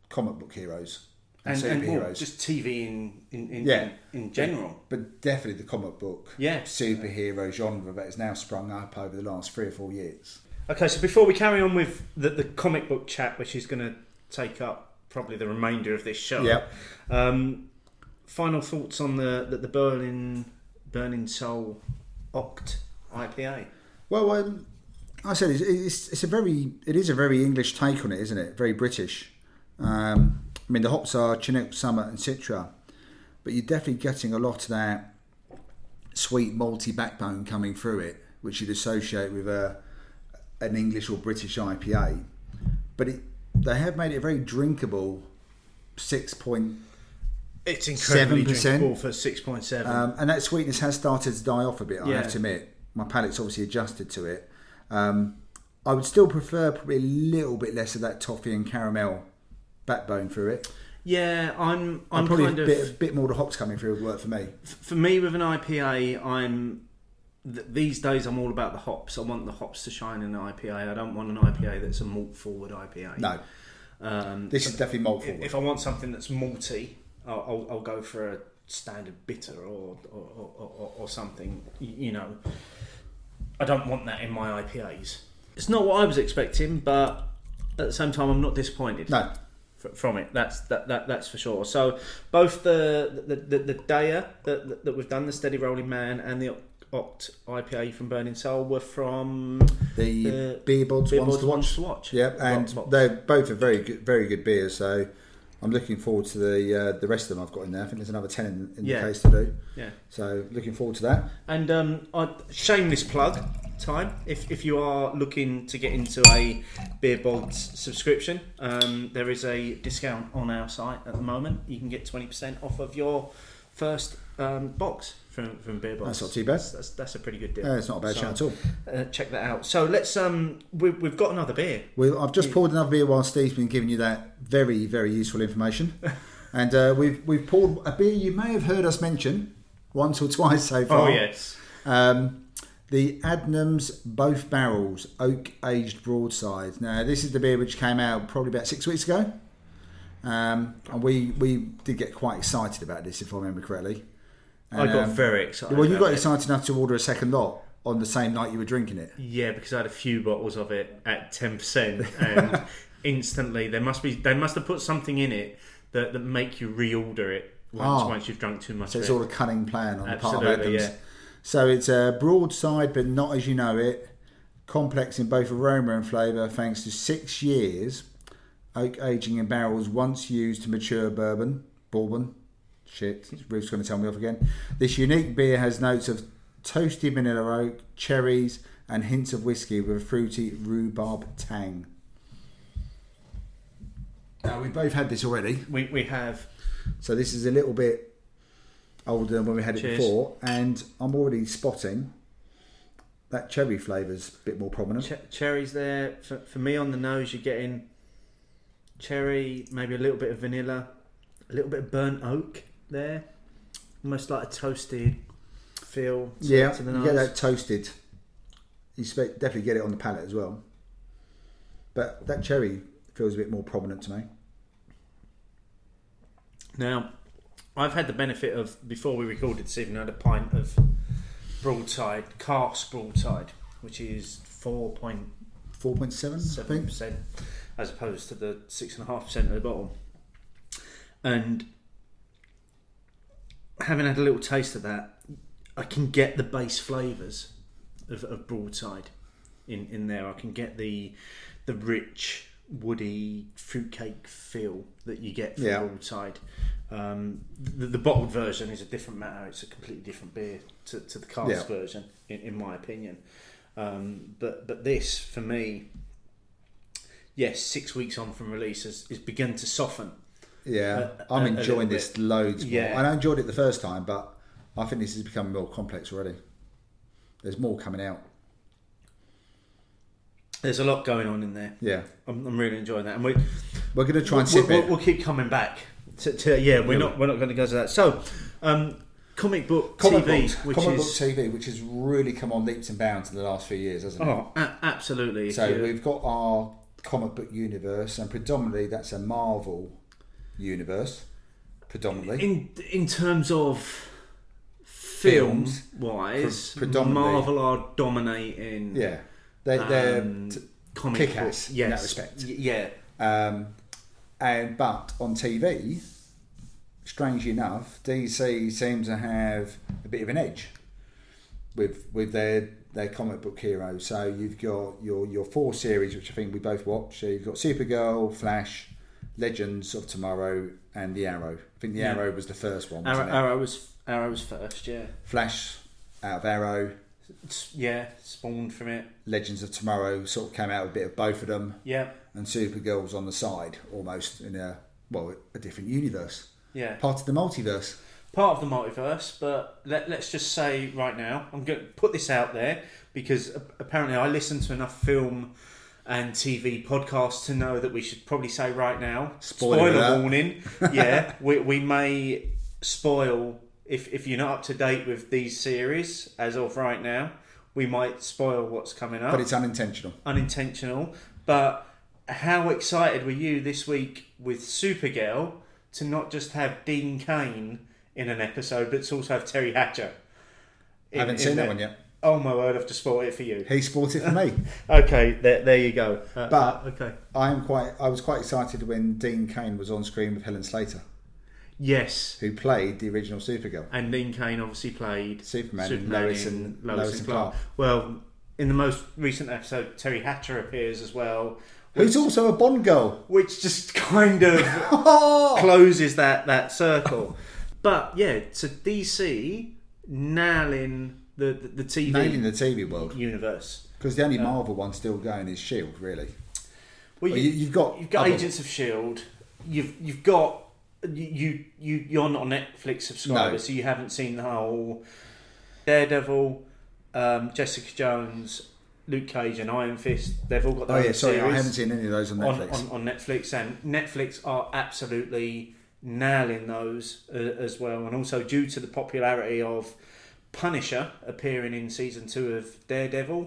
Speaker 3: comic book heroes.
Speaker 2: and, and
Speaker 3: superheroes.
Speaker 2: well, just TV in in in,
Speaker 3: Yeah.
Speaker 2: in general.
Speaker 3: But definitely the comic book
Speaker 2: Yeah.
Speaker 3: superhero genre that has now sprung up over the last three or four years.
Speaker 2: Okay, so before we carry on with the, the comic book chat, which is going to take up probably the remainder of this show,
Speaker 3: Yep.
Speaker 2: um, final thoughts on the the, the Berlin Burning Soul Oct IPA.
Speaker 3: Well, um, I said it's, it's, it's a very it is a very English take on it, isn't it? Very British. Um, I mean, the hops are Chinook, Summer, and Citra, but you're definitely getting a lot of that sweet malty backbone coming through it, which you'd associate with a an English or British IPA. But it, they have made it a very drinkable six point
Speaker 2: It's incredibly
Speaker 3: 7%.
Speaker 2: drinkable for six point seven.
Speaker 3: Um, and that sweetness has started to die off a bit. I
Speaker 2: Yeah.
Speaker 3: have to admit, my palate's obviously adjusted to it. Um, I would still prefer probably a little bit less of that toffee and caramel backbone through it.
Speaker 2: yeah, I'm
Speaker 3: i
Speaker 2: I'm
Speaker 3: probably
Speaker 2: kind
Speaker 3: a
Speaker 2: of
Speaker 3: bit, a bit more the hops coming through would work for me.
Speaker 2: for me with an IPA, I'm th- these days I'm all about the hops. I want the hops to shine in an IPA. I don't want an IPA that's a malt forward IPA.
Speaker 3: No,
Speaker 2: Um,
Speaker 3: this is definitely malt forward.
Speaker 2: if, if I want something that's malty, I'll, I'll, I'll go for a standard bitter or or, or, or, or something. y- You know, I don't want that in my IPAs. It's not what I was expecting, but at the same time, I'm not disappointed
Speaker 3: no,
Speaker 2: fr- from it. That's that, that that's for sure. So both the the the, the Daya that, that- that we've done, the Steady Rolling Man, and the Oct IPA from Burning Soul were from
Speaker 3: the
Speaker 2: The
Speaker 3: beer bods
Speaker 2: Beer
Speaker 3: ones
Speaker 2: Boards
Speaker 3: to watch.
Speaker 2: Ones to Watch.
Speaker 3: Yeah, and
Speaker 2: Box.
Speaker 3: they're both are very good, very good beers. So I'm looking forward to the uh, the rest of them I've got in there. I think there's another ten in, in
Speaker 2: Yeah.
Speaker 3: the case to do.
Speaker 2: Yeah.
Speaker 3: So looking forward to that.
Speaker 2: And um, I shameless plug time. If, if you are looking to get into a Beer Bods subscription, um, there is a discount on our site at the moment. You can get twenty percent off of your first um, box from from Beer Bods.
Speaker 3: That's not too bad.
Speaker 2: That's, that's a pretty good deal.
Speaker 3: Yeah, it's not a bad
Speaker 2: So,
Speaker 3: shout at all.
Speaker 2: Uh, check that out. So let's um, we, we've got another beer.
Speaker 3: Well, I've just poured another beer while Steve's been giving you that very, very useful information. and uh, we've we've poured a beer you may have heard us mention once or twice so far.
Speaker 2: Oh, yes,
Speaker 3: Um, the Adnams Both Barrels Oak Aged Broadside. Now, this is the beer which came out probably about six weeks ago. Um, and we, we did get quite excited about this, if I remember correctly.
Speaker 2: I
Speaker 3: And,
Speaker 2: got
Speaker 3: um,
Speaker 2: very excited.
Speaker 3: Well, you
Speaker 2: about
Speaker 3: got
Speaker 2: it.
Speaker 3: excited enough to order a second lot on the same night you were drinking it.
Speaker 2: Yeah, because I had a few bottles of it at ten percent, and
Speaker 3: [LAUGHS]
Speaker 2: instantly there must be they must have put something in it that, that make you reorder it once,
Speaker 3: Ah.
Speaker 2: once you've drunk too much.
Speaker 3: So it's
Speaker 2: of
Speaker 3: all
Speaker 2: it.
Speaker 3: a cunning plan on the part of
Speaker 2: Absolutely,
Speaker 3: Adams.
Speaker 2: yeah.
Speaker 3: So it's a broadside, but not as you know it. Complex in both aroma and flavour, thanks to six years oak aging in barrels once used to mature bourbon. Bourbon. Shit, Ruth's going to tell me off again. This unique beer has notes of toasty vanilla oak, cherries, and hints of whiskey with a fruity rhubarb tang. Now, we both had this already.
Speaker 2: we we have
Speaker 3: So this is a little bit older than when we had it
Speaker 2: Cheers.
Speaker 3: before, and I'm already spotting that cherry flavour's a bit more prominent.
Speaker 2: che- cherries there for, for me on the nose. You're getting cherry, maybe a little bit of vanilla, a little bit of burnt oak there, almost like a toasted feel. To,
Speaker 3: yeah,
Speaker 2: to the
Speaker 3: you
Speaker 2: nose.
Speaker 3: get that toasted. You spe- definitely get it on the palate as well, but that cherry feels a bit more prominent to me.
Speaker 2: Now, I've had the benefit of before we recorded this evening, I had a pint of broadside, cask broadside, which is four point
Speaker 3: Four point seven, I
Speaker 2: seven
Speaker 3: think.
Speaker 2: percent, as opposed to the six and a half percent of the bottle. And having had a little taste of that, I can get the base flavours of, of broadside in, in there. I can get the the rich woody fruitcake feel that you get from
Speaker 3: Yeah.
Speaker 2: broadside. Um, the, the bottled version is a different matter. It's a completely different beer to, to the cask
Speaker 3: Yeah.
Speaker 2: version, in, in my opinion. Um, but but this for me, yes, six weeks on from release has, has begun to soften.
Speaker 3: Yeah,
Speaker 2: A- a- a
Speaker 3: I'm
Speaker 2: little
Speaker 3: enjoying this loads more.
Speaker 2: Yeah.
Speaker 3: And I enjoyed it the first time, but I think this is becoming more complex already. There's more coming out.
Speaker 2: There's a lot going on in there.
Speaker 3: Yeah,
Speaker 2: I'm, I'm really enjoying that, and we
Speaker 3: we're going to try and
Speaker 2: we'll,
Speaker 3: sip
Speaker 2: we'll,
Speaker 3: it.
Speaker 2: we'll keep coming back. To, to, yeah, we're
Speaker 3: Yeah.
Speaker 2: not we're not going to go to that. So, um, comic book
Speaker 3: comic
Speaker 2: TV,
Speaker 3: book,
Speaker 2: which
Speaker 3: comic
Speaker 2: is
Speaker 3: book TV, which has really come on leaps and bounds in the last few years, hasn't it?
Speaker 2: oh, a- absolutely. If
Speaker 3: so
Speaker 2: you-
Speaker 3: we've got our comic book universe, and predominantly that's a Marvel universe. predominantly.
Speaker 2: in in terms of film
Speaker 3: Films,
Speaker 2: wise,
Speaker 3: pre- predominantly.
Speaker 2: Marvel are dominating.
Speaker 3: yeah, they, they're
Speaker 2: um,
Speaker 3: t-
Speaker 2: comic
Speaker 3: kick-ass
Speaker 2: book-
Speaker 3: in
Speaker 2: yes,
Speaker 3: that respect.
Speaker 2: Y- yeah,
Speaker 3: Um, and but on TV, strangely enough, DC seems to have a bit of an edge with with their their comic book heroes. So you've got your your four series, which I think we both watch. So you've got Supergirl, Flash, Legends of Tomorrow, and The Arrow. I think The
Speaker 2: Yeah.
Speaker 3: Arrow was the first one.
Speaker 2: Arrow,
Speaker 3: Wasn't it?
Speaker 2: Arrow was Arrow was first. Yeah,
Speaker 3: Flash out of Arrow,
Speaker 2: S- yeah, spawned from it.
Speaker 3: Legends of Tomorrow sort of came out with a bit of both of them,
Speaker 2: Yeah,
Speaker 3: and Supergirl's on the side almost in a well a different universe.
Speaker 2: yeah.
Speaker 3: part of the multiverse.
Speaker 2: part of the multiverse, but let, let's just say right now, I'm going to put this out there because a- apparently I listen to enough film and TV podcasts to know that we should probably say right now
Speaker 3: Spoiler alert. [LAUGHS]
Speaker 2: warning. yeah, we, we may spoil if, if you're not up to date with these series as of right now. We might spoil what's coming up
Speaker 3: But it's unintentional.
Speaker 2: unintentional. But how excited were you this week with Supergirl to not just have Dean Kane in an episode, but to also have Terry Hatcher? in-
Speaker 3: Haven't
Speaker 2: in
Speaker 3: seen that
Speaker 2: there?
Speaker 3: one yet.
Speaker 2: Oh my word! I've just spoiled it for you.
Speaker 3: He sported for me.
Speaker 2: Okay, there, there you go. [LAUGHS] Uh,
Speaker 3: But-
Speaker 2: uh, okay,
Speaker 3: I am quite. I was quite excited when Dean Kane was on screen with Helen Slater,
Speaker 2: yes,
Speaker 3: who played the original Supergirl.
Speaker 2: and Dean Kane obviously played
Speaker 3: Superman and Lois and- Lois and Clark.
Speaker 2: Well, in the most recent episode, Terry Hatcher appears as well,
Speaker 3: Who's also a Bond girl.
Speaker 2: which just kind of
Speaker 3: [LAUGHS] Oh!
Speaker 2: [LAUGHS] closes that that circle. but yeah, so DC nailing the the, the TV
Speaker 3: Nailing the TV world
Speaker 2: universe.
Speaker 3: because the only Marvel one still going is Shield, E really.
Speaker 2: Well,
Speaker 3: Well, you, Oh, you've got
Speaker 2: you've got
Speaker 3: other-
Speaker 2: Agents of Shield. E You've you've got you you you- you're not a Netflix subscriber,
Speaker 3: No.
Speaker 2: so you haven't seen the whole Daredevil, um, Jessica Jones, Luke Cage, and Iron Fist. They've all got
Speaker 3: Oh
Speaker 2: their
Speaker 3: yeah,
Speaker 2: own
Speaker 3: sorry, I
Speaker 2: series.
Speaker 3: haven't seen any of those on
Speaker 2: E on,
Speaker 3: Netflix.
Speaker 2: on, on Netflix, and Netflix are absolutely nailing those uh, as well. And also, due to the popularity of Punisher appearing in season two of Daredevil,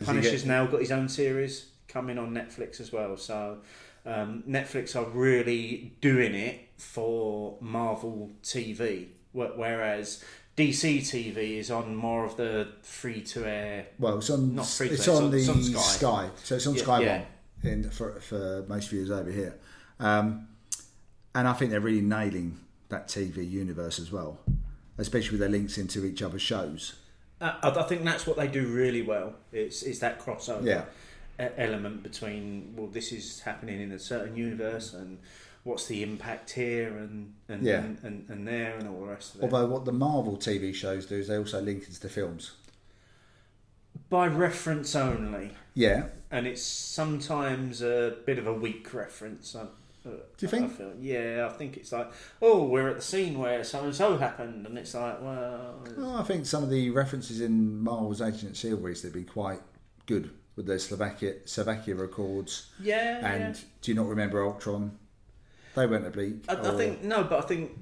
Speaker 3: Has he
Speaker 2: Punisher's
Speaker 3: get-
Speaker 2: now got his own series coming on Netflix as well. So, um, Netflix are really doing it for Marvel TV, wh- whereas. DC TV is on more of the free to air.
Speaker 3: well, it's on.
Speaker 2: Not free to
Speaker 3: it's
Speaker 2: play,
Speaker 3: on the
Speaker 2: it's on- it's
Speaker 3: Sky.
Speaker 2: on Sky.
Speaker 3: so it's on
Speaker 2: Yeah,
Speaker 3: Sky
Speaker 2: yeah.
Speaker 3: One, in, for for most viewers over here. Um, and I think they're really nailing that TV universe as well, especially with their links into each other's shows.
Speaker 2: Uh, I I think that's what they do really well. It's is that crossover.
Speaker 3: Yeah,
Speaker 2: e- element between well this is happening in a certain universe and what's the impact here and and
Speaker 3: Mm. Yeah.
Speaker 2: and, and, and there and all the rest of it
Speaker 3: although what the Marvel TV shows do is they also link into the films.
Speaker 2: by reference only
Speaker 3: Yeah,
Speaker 2: and it's sometimes a bit of a weak reference I, do
Speaker 3: you think?
Speaker 2: I feel, yeah I think it's like oh we're at the scene where so and so happened and it's like well
Speaker 3: Well, I think some of the references in Marvel's Agent Shield recently have been quite good with their Slovakia Slovakia records.
Speaker 2: yeah yeah.
Speaker 3: And do you not remember Ultron? They weren't oblique.
Speaker 2: I, I
Speaker 3: or-
Speaker 2: think no, but I think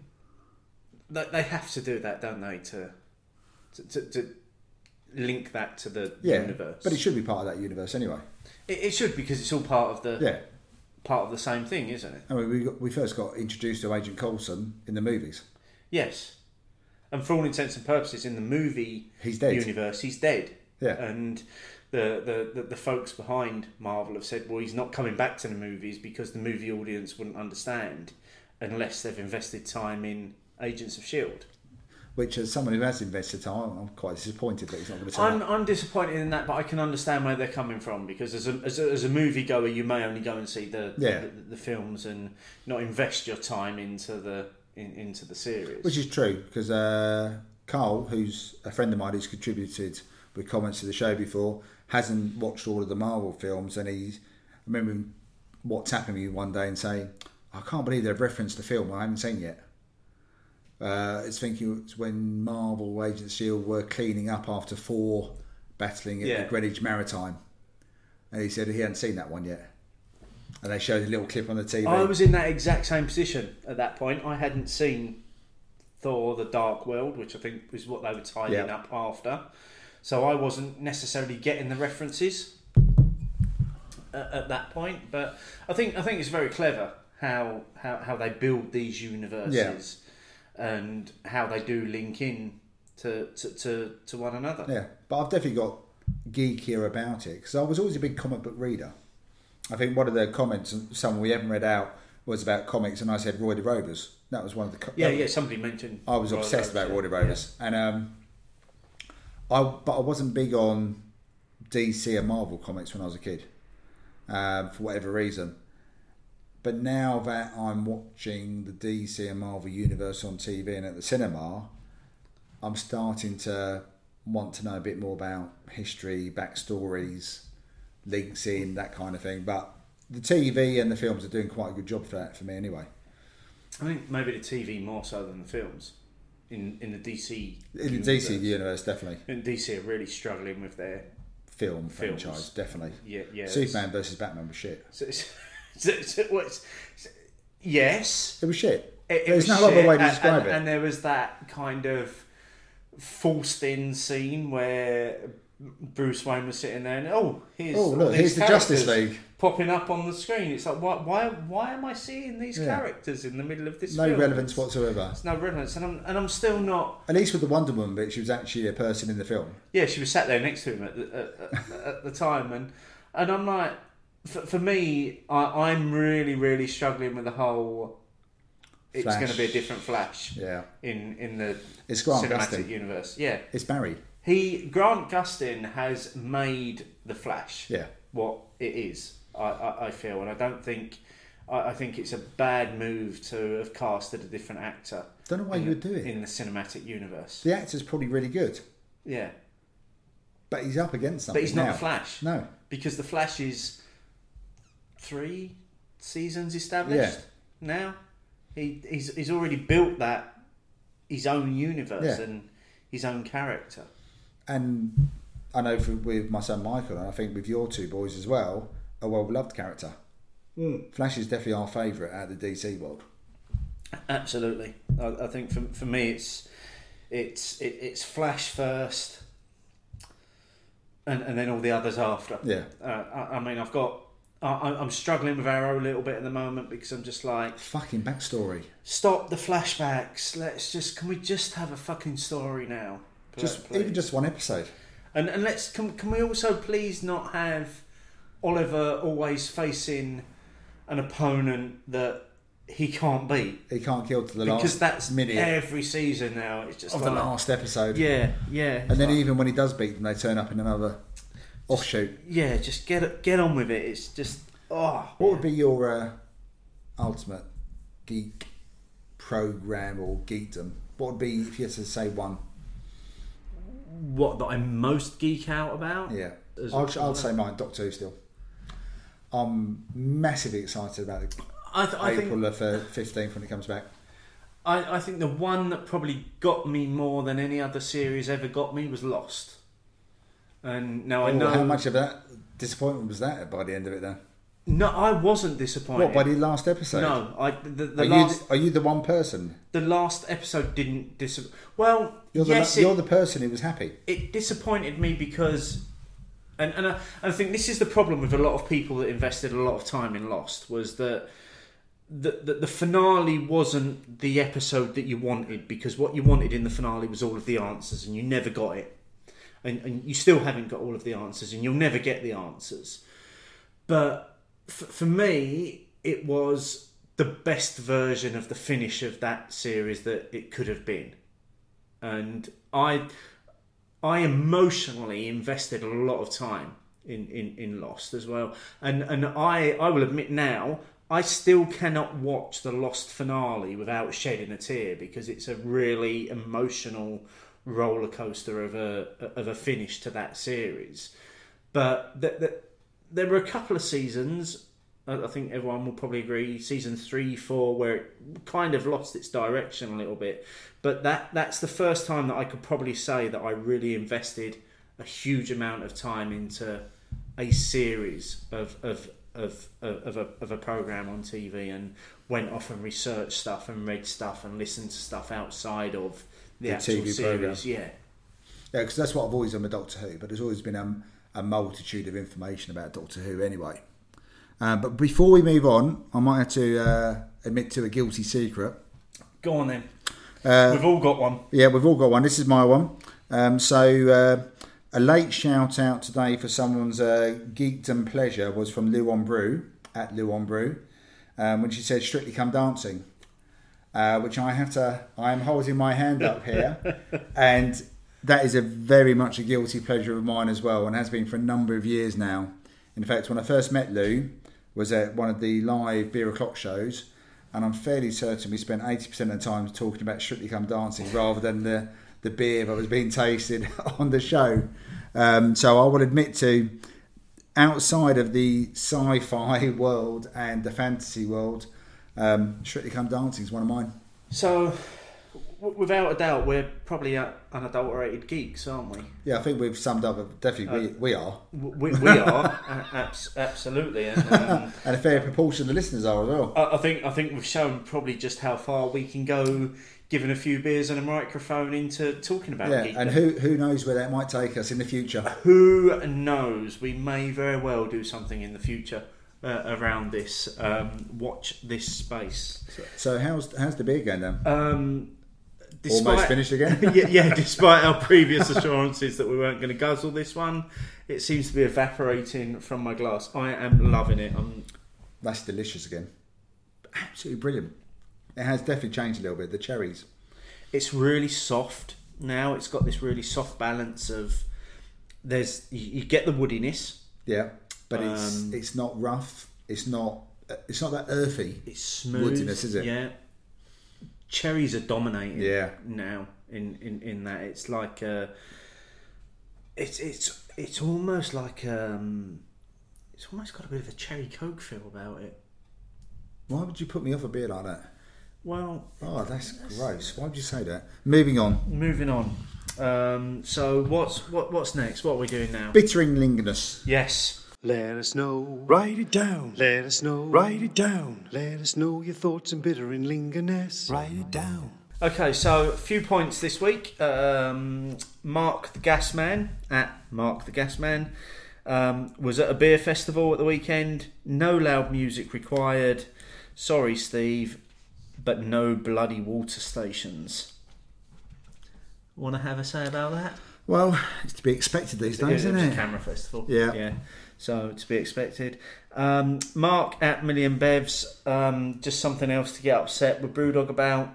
Speaker 2: that they have to do that, don't they, to to, to, to link that to the
Speaker 3: yeah,
Speaker 2: universe.
Speaker 3: but it should be part of that universe anyway.
Speaker 2: it, it should because it's all part of the
Speaker 3: Yeah,
Speaker 2: part of the same thing, isn't it?
Speaker 3: I mean, we got, we first got introduced to Agent Coulson in the movies.
Speaker 2: Yes, and for all intents and purposes, in the movie
Speaker 3: He's dead.
Speaker 2: universe, he's dead.
Speaker 3: Yeah.
Speaker 2: and. The, the, the, the folks behind Marvel have said, well, he's not coming back to the movies because the movie audience wouldn't understand unless they've invested time in Agents of S.H.I.E.L.D.
Speaker 3: Which, as someone who has invested time, I'm quite disappointed that he's not going to. turn
Speaker 2: I'm,
Speaker 3: up.
Speaker 2: I'm disappointed in that, but I can understand where they're coming from because as a, as a, as a moviegoer, you may only go and see the,
Speaker 3: Yeah.
Speaker 2: the the films and not invest your time into the in, into the series.
Speaker 3: Which is true because uh, Carl, who's a friend of mine who's contributed with comments to the show before, hasn't watched all of the Marvel films, and he's I remember him WhatsApping me one day and saying, "I can't believe they've referenced the film I haven't seen yet." Uh, it's thinking it's when Marvel Agent Shield E were cleaning up after four battling at
Speaker 2: Yeah.
Speaker 3: the Greenwich Maritime, and he said he hadn't seen that one yet. And they showed a little clip on the TV.
Speaker 2: I was in that exact same position at that point. I hadn't seen Thor: The Dark World, which I think was what they were tidying
Speaker 3: Yeah.
Speaker 2: up after, so I wasn't necessarily getting the references at, at that point. But I think I think it's very clever how how, how they build these universes and how they do link in to to, to, to one another.
Speaker 3: Yeah, but I've definitely got geekier about it because I was always a big comic book reader. I think one of the comments, someone we haven't read out, was about comics, and I said Roy de Rovers. That was one of the. Co-
Speaker 2: Yeah,
Speaker 3: that-
Speaker 2: yeah. Somebody mentioned
Speaker 3: I was obsessed about Roy de Rovers, and um, I but I wasn't big on DC and Marvel comics when I was a kid, um, for whatever reason. But now that I'm watching the DC and Marvel universe on TV and at the cinema, I'm starting to want to know a bit more about history, backstories, links in that kind of thing. But the TV and the films are doing quite a good job for that for me, anyway.
Speaker 2: I think maybe the TV more so than the films. In in the DC
Speaker 3: In the DC universe, definitely
Speaker 2: and DC are really struggling with their
Speaker 3: film
Speaker 2: Films.
Speaker 3: franchise, definitely.
Speaker 2: yeah yeah. it's-
Speaker 3: Superman versus Batman was shit.
Speaker 2: So, it's- so- so what's- yes,
Speaker 3: It was shit.
Speaker 2: it- it was
Speaker 3: There's no other
Speaker 2: shit,
Speaker 3: way to
Speaker 2: and-
Speaker 3: describe
Speaker 2: and,
Speaker 3: it.
Speaker 2: And there was that kind of forced in scene where Bruce Wayne was sitting there and oh here's
Speaker 3: Oh,
Speaker 2: all
Speaker 3: look,
Speaker 2: these
Speaker 3: here's the Justice
Speaker 2: characters
Speaker 3: League.
Speaker 2: popping up on the screen. It's like why why why am I seeing these
Speaker 3: Yeah.
Speaker 2: characters in the middle of this?
Speaker 3: no
Speaker 2: film?
Speaker 3: relevance whatsoever.
Speaker 2: It's no relevance, and I'm and I'm still not.
Speaker 3: At least with the Wonder Woman bit, she was actually a person in the film.
Speaker 2: yeah, she was sat there next to him at the, at, at- at the time, and and I'm like, for, for me, I, I'm really really struggling with the whole. It's
Speaker 3: Flash.
Speaker 2: going to be a different Flash
Speaker 3: Yeah.
Speaker 2: in in the
Speaker 3: It's Grant
Speaker 2: cinematic
Speaker 3: Gustin.
Speaker 2: universe. Yeah,
Speaker 3: It's Barry.
Speaker 2: he Grant Gustin has made the Flash.
Speaker 3: Yeah.
Speaker 2: what it is, I, I, I feel, and I don't think. I I think it's a bad move to have casted a different actor
Speaker 3: Don't know why you would do it.
Speaker 2: in the cinematic universe.
Speaker 3: The actor's probably really good,
Speaker 2: Yeah,
Speaker 3: but he's up against something.
Speaker 2: but he's not
Speaker 3: now.
Speaker 2: the Flash.
Speaker 3: No.
Speaker 2: because the Flash is three seasons established
Speaker 3: Yeah.
Speaker 2: now. He he's he's already built that his own universe
Speaker 3: Yeah.
Speaker 2: and his own character.
Speaker 3: And I know for, with my son Michael, and I think with your two boys as well, a well loved character.
Speaker 2: Hmm.
Speaker 3: Flash is definitely our favourite out of the DC world.
Speaker 2: Absolutely, I, I think for for me it's it's it, it's Flash first, and and then all the others after.
Speaker 3: Yeah.
Speaker 2: uh, I, I mean I've got. I, I- I'm struggling with Arrow a little bit at the moment because I'm just like,
Speaker 3: Fucking backstory.
Speaker 2: stop the flashbacks. Let's just, can we just have a fucking story now?
Speaker 3: Just
Speaker 2: Please.
Speaker 3: even just one episode.
Speaker 2: And and let's can can we also please not have Oliver always facing an opponent that he can't beat
Speaker 3: He can't kill to the
Speaker 2: because
Speaker 3: last
Speaker 2: that's
Speaker 3: minute
Speaker 2: every season now. It's just
Speaker 3: of the
Speaker 2: like,
Speaker 3: last episode.
Speaker 2: yeah, yeah,
Speaker 3: And then even when he does beat them, they turn up in another offshoot.
Speaker 2: yeah. Just get get on with it. It's just oh,
Speaker 3: What would be your uh, ultimate geek program or geekdom? What would be if you had to say one?
Speaker 2: what that I most geek out about.
Speaker 3: Yeah,
Speaker 2: As-
Speaker 3: I'd, I'd say mine. Doctor Who still. I'm massively excited about it.
Speaker 2: I, th- I think
Speaker 3: April of uh, 15th when it comes back.
Speaker 2: I, I think the one that probably got me more than any other series ever got me was Lost. And now I
Speaker 3: Oh,
Speaker 2: know
Speaker 3: How much of that disappointment was that by the end of it? Then
Speaker 2: No, I wasn't disappointed.
Speaker 3: what by the last episode?
Speaker 2: no, I the, the
Speaker 3: Are
Speaker 2: last
Speaker 3: you are you the one person?
Speaker 2: the last episode didn't dis. Well,
Speaker 3: You're the
Speaker 2: yes,
Speaker 3: la- you're
Speaker 2: it,
Speaker 3: the person who was happy.
Speaker 2: it disappointed me because, and and I, I think this is the problem with a lot of people that invested a lot of time in Lost was that. The, the, the finale wasn't the episode that you wanted because what you wanted in the finale was all of the answers and you never got it and, and you still haven't got all of the answers and you'll never get the answers but f- for me it was the best version of the finish of that series that it could have been and i i emotionally invested a lot of time in in, in lost as well and and i i will admit now I still cannot watch the Lost finale without shedding a tear because it's a really emotional roller coaster of a of a finish to that series. But th th there were a couple of seasons. I I think everyone will probably agree. Season three, four, where it kind of lost its direction a little bit, but that that's the first time that I could probably say that I really invested a huge amount of time into a series of of of of, of a of a program on TV and went off and researched stuff and read stuff and listened to stuff outside of the,
Speaker 3: The
Speaker 2: actual
Speaker 3: TV
Speaker 2: series.
Speaker 3: programme.
Speaker 2: Yeah,
Speaker 3: Yeah, because that's what I've always done with Doctor Who, but there's always been um, a multitude of information about Doctor Who anyway. Uh, but before we move on, I might have to uh, admit to a guilty secret.
Speaker 2: go on then.
Speaker 5: We've all got one.
Speaker 3: Yeah, we've all got one. This is my one. Um, so, uh, a late shout out today for someone's uh, geeked and pleasure was from Luon Brew at Luon Brew, um, when she said "Strictly Come Dancing," uh, which I have to. I am holding my hand up here, and that is a very much a guilty pleasure of mine as well, and has been for a number of years now. In fact, when I first met Lou, was at one of the live beer o'clock shows, and I'm fairly certain we spent 80% of the time talking about Strictly Come Dancing rather than the, the beer that was being tasted [LAUGHS] on the show. Um, so I will admit to, outside of the sci fi [LAUGHS] world and the fantasy world, um, Strictly Come Dancing is one of mine.
Speaker 2: So, w- without a doubt, we're probably uh, unadulterated geeks, aren't we?
Speaker 3: Yeah, I think we've summed up,
Speaker 2: Uh,
Speaker 3: definitely, we, we are.
Speaker 2: W- We,
Speaker 3: [LAUGHS]
Speaker 2: we are a- abs- absolutely, and um,
Speaker 3: And a fair proportion of the listeners are as well.
Speaker 2: I, I think I think we've shown probably just how far we can go, giving a few beers and a microphone into talking about
Speaker 3: Yeah,
Speaker 2: geek.
Speaker 3: and who, who knows where that might take us in the future.
Speaker 2: Who knows? We may very well do something in the future uh, around this. Um, watch this space.
Speaker 3: So, how's, how's the beer going then?
Speaker 2: Um,
Speaker 3: Almost
Speaker 2: despite-
Speaker 3: finished again?
Speaker 2: [LAUGHS] yeah, yeah, despite our previous assurances that we weren't going to guzzle this one, it seems to be evaporating from my glass. I am loving it. I'm,
Speaker 3: That's delicious again. Absolutely brilliant. It has definitely changed a little bit. The cherries.
Speaker 2: it's really soft now. It's got this really soft balance of there's you, you get the woodiness.
Speaker 3: Yeah, but it's
Speaker 2: Um,
Speaker 3: it's not rough. It's not uh, it's not that earthy.
Speaker 2: It's smooth.
Speaker 3: Woodiness, is it?
Speaker 2: Yeah. Cherries are dominating.
Speaker 3: Yeah.
Speaker 2: Now in in in that it's like a. It's it's it's almost like um. It's almost got a bit of a cherry coke feel about it.
Speaker 3: Why would you put me off a beer like that?
Speaker 2: Well,
Speaker 3: Oh, that's gross. Why would you say that? Moving on.
Speaker 2: moving on. Um, so what's what what's next? What are we doing now?
Speaker 3: Bittering Lingus.
Speaker 2: yes.
Speaker 4: Let us know. Write it down. Let us know. Write it down. Let us know your thoughts and bitter in lingerness. Write it down.
Speaker 2: Okay, so a few points this week. Um, Mark the Gas Man at Mark the Gas Man um, was at a beer festival at the weekend. No loud music required. Sorry, Steve, but no bloody water stations. Want to have a say about that?
Speaker 3: Well, it's to be expected these
Speaker 2: Yeah,
Speaker 3: days,
Speaker 2: it
Speaker 3: isn't
Speaker 2: was a
Speaker 3: it?
Speaker 2: camera festival.
Speaker 3: Yeah.
Speaker 2: Yeah. So to be expected. Um, Mark at Million Bevs, um, just something else to get upset with Brewdog about.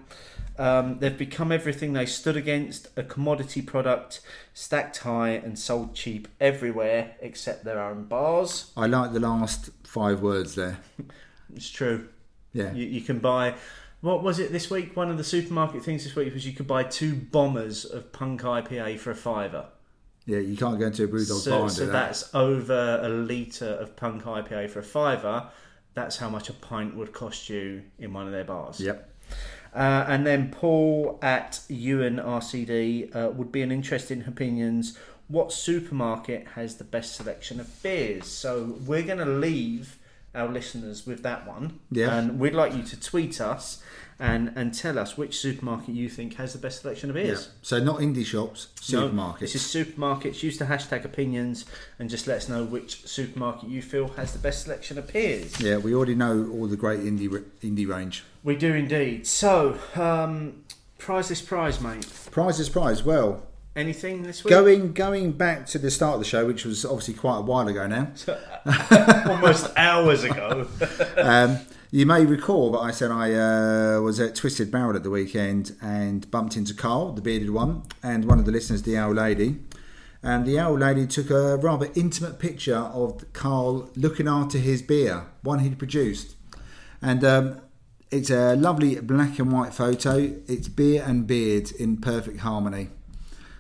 Speaker 2: Um, they've become everything they stood against a commodity product stacked high and sold cheap everywhere except their own bars.
Speaker 3: I like the last five words there.
Speaker 2: It's true.
Speaker 3: Yeah.
Speaker 2: You, you can buy, what was it this week? One of the supermarket things this week was you could buy two bombers of punk IPA for a fiver.
Speaker 3: Yeah, you can't go into a brewdog bar
Speaker 2: So,
Speaker 3: and
Speaker 2: so
Speaker 3: do that.
Speaker 2: that's over a litre of punk IPA for a fiver. That's how much a pint would cost you in one of their bars.
Speaker 3: Yep.
Speaker 2: Uh, and then Paul at Ewan RCD uh, would be an interest in opinions. What supermarket has the best selection of beers? So we're going to leave our listeners with that one.
Speaker 3: Yeah.
Speaker 2: And we'd like you to tweet us and, and tell us which supermarket you think has the best selection of
Speaker 3: Yeah.
Speaker 2: beers.
Speaker 3: So not indie shops,
Speaker 2: No,
Speaker 3: supermarkets.
Speaker 2: This is supermarkets. Use the hashtag opinions and just let us know which supermarket you feel has the best selection of peers.
Speaker 3: Yeah, we already know all the great indie indie range.
Speaker 2: We do indeed. So, um, prize this prize, mate.
Speaker 3: Prize is prize. Well,
Speaker 2: Anything this week?
Speaker 3: Going going back to the start of the show, which was obviously quite a while ago now,
Speaker 2: [LAUGHS]
Speaker 3: [LAUGHS]
Speaker 2: Almost hours ago.
Speaker 3: um, you may recall that I said I uh, was at Twisted Barrel at the weekend and bumped into Carl, the bearded one, and one of the listeners, the owl lady. And the owl lady took a rather intimate picture of Carl looking after his beer, one he'd produced. And um, it's a lovely black and white photo. It's beer and beard in perfect harmony.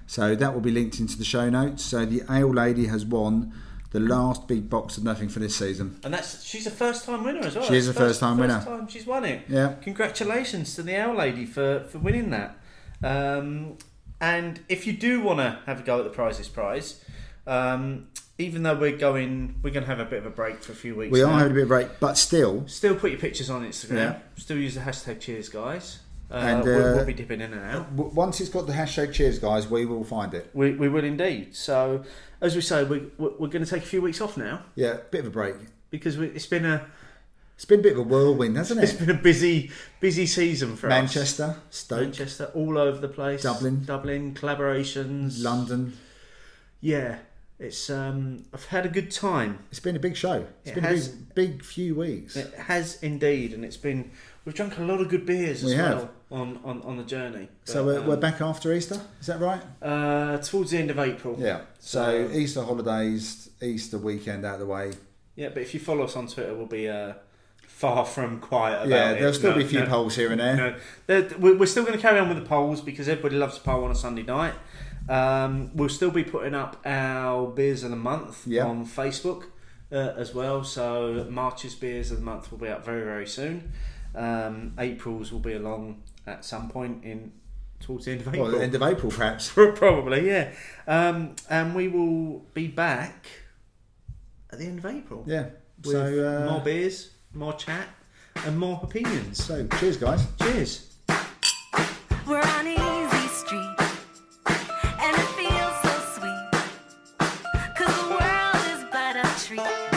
Speaker 3: So that will be linked into the show notes. So the ale lady has won the last big box of nothing for this season.
Speaker 2: and that's she's a first time winner as well.
Speaker 3: She is
Speaker 2: That's
Speaker 3: a first-time winner.
Speaker 2: First time she's won it.
Speaker 3: Yeah.
Speaker 2: Congratulations to the owl lady for, for winning that. Um, and if you do want to have a go at the prize this prize, um, even though we're going, we're going to have a bit of a break for a few weeks.
Speaker 3: We
Speaker 2: now.
Speaker 3: are having a bit of a break, but still,
Speaker 2: Still put your pictures on Instagram.
Speaker 3: Yeah.
Speaker 2: Still use the hashtag Cheers Guys. Uh,
Speaker 3: And,
Speaker 2: we'll,
Speaker 3: uh,
Speaker 2: we'll be dipping in and out.
Speaker 3: w- once it's got the hashtag cheers, guys, we will find it.
Speaker 2: We, we will indeed. So, as we say, we, we're, we're going to take a few weeks off now
Speaker 3: Yeah, bit of a break.
Speaker 2: because we, it's been a
Speaker 3: It's been a bit of a whirlwind, hasn't
Speaker 2: It's
Speaker 3: it?
Speaker 2: been a busy, busy season for us.
Speaker 3: Manchester, Stoke,
Speaker 2: Manchester, all over the place.
Speaker 3: Dublin.
Speaker 2: Dublin, collaborations.
Speaker 3: London.
Speaker 2: Yeah, it's. Um, I've had a good time.
Speaker 3: It's been a big show. It's
Speaker 2: It
Speaker 3: been
Speaker 2: has-
Speaker 3: a big, big few weeks.
Speaker 2: It has indeed, and it's been. We've drunk a lot of good beers as
Speaker 3: We have.
Speaker 2: well on, on on the journey. But,
Speaker 3: so we're,
Speaker 2: um,
Speaker 3: we're back after Easter. Is that right?
Speaker 2: uh, towards the end of April.
Speaker 3: Yeah. So
Speaker 2: So-
Speaker 3: Easter holidays, Easter weekend out of the way.
Speaker 2: Yeah, but if you follow us on Twitter, we'll be uh, far from quiet about
Speaker 3: yeah,
Speaker 2: it.
Speaker 3: there'll still
Speaker 2: No,
Speaker 3: be a few
Speaker 2: no,
Speaker 3: polls here and there.
Speaker 2: no. There- we're we're still going to carry on with the polls because everybody loves a poll on a Sunday night. Um, we'll still be putting up our beers of the month
Speaker 3: Yeah.
Speaker 2: on Facebook uh, as well. So March's beers of the month will be up very very soon. Um, April's will be along at some point in towards the end of April.
Speaker 3: Well,
Speaker 2: [LAUGHS]
Speaker 3: the end of April, perhaps.
Speaker 2: Probably, yeah. Um, and we will be back at the end of April.
Speaker 3: Yeah.
Speaker 2: With
Speaker 3: So, uh,
Speaker 2: more beers, more chat, and more opinions.
Speaker 3: so cheers, guys.
Speaker 2: Cheers.
Speaker 5: We're on easy street, and it feels so sweet. Cause the world is but a treat.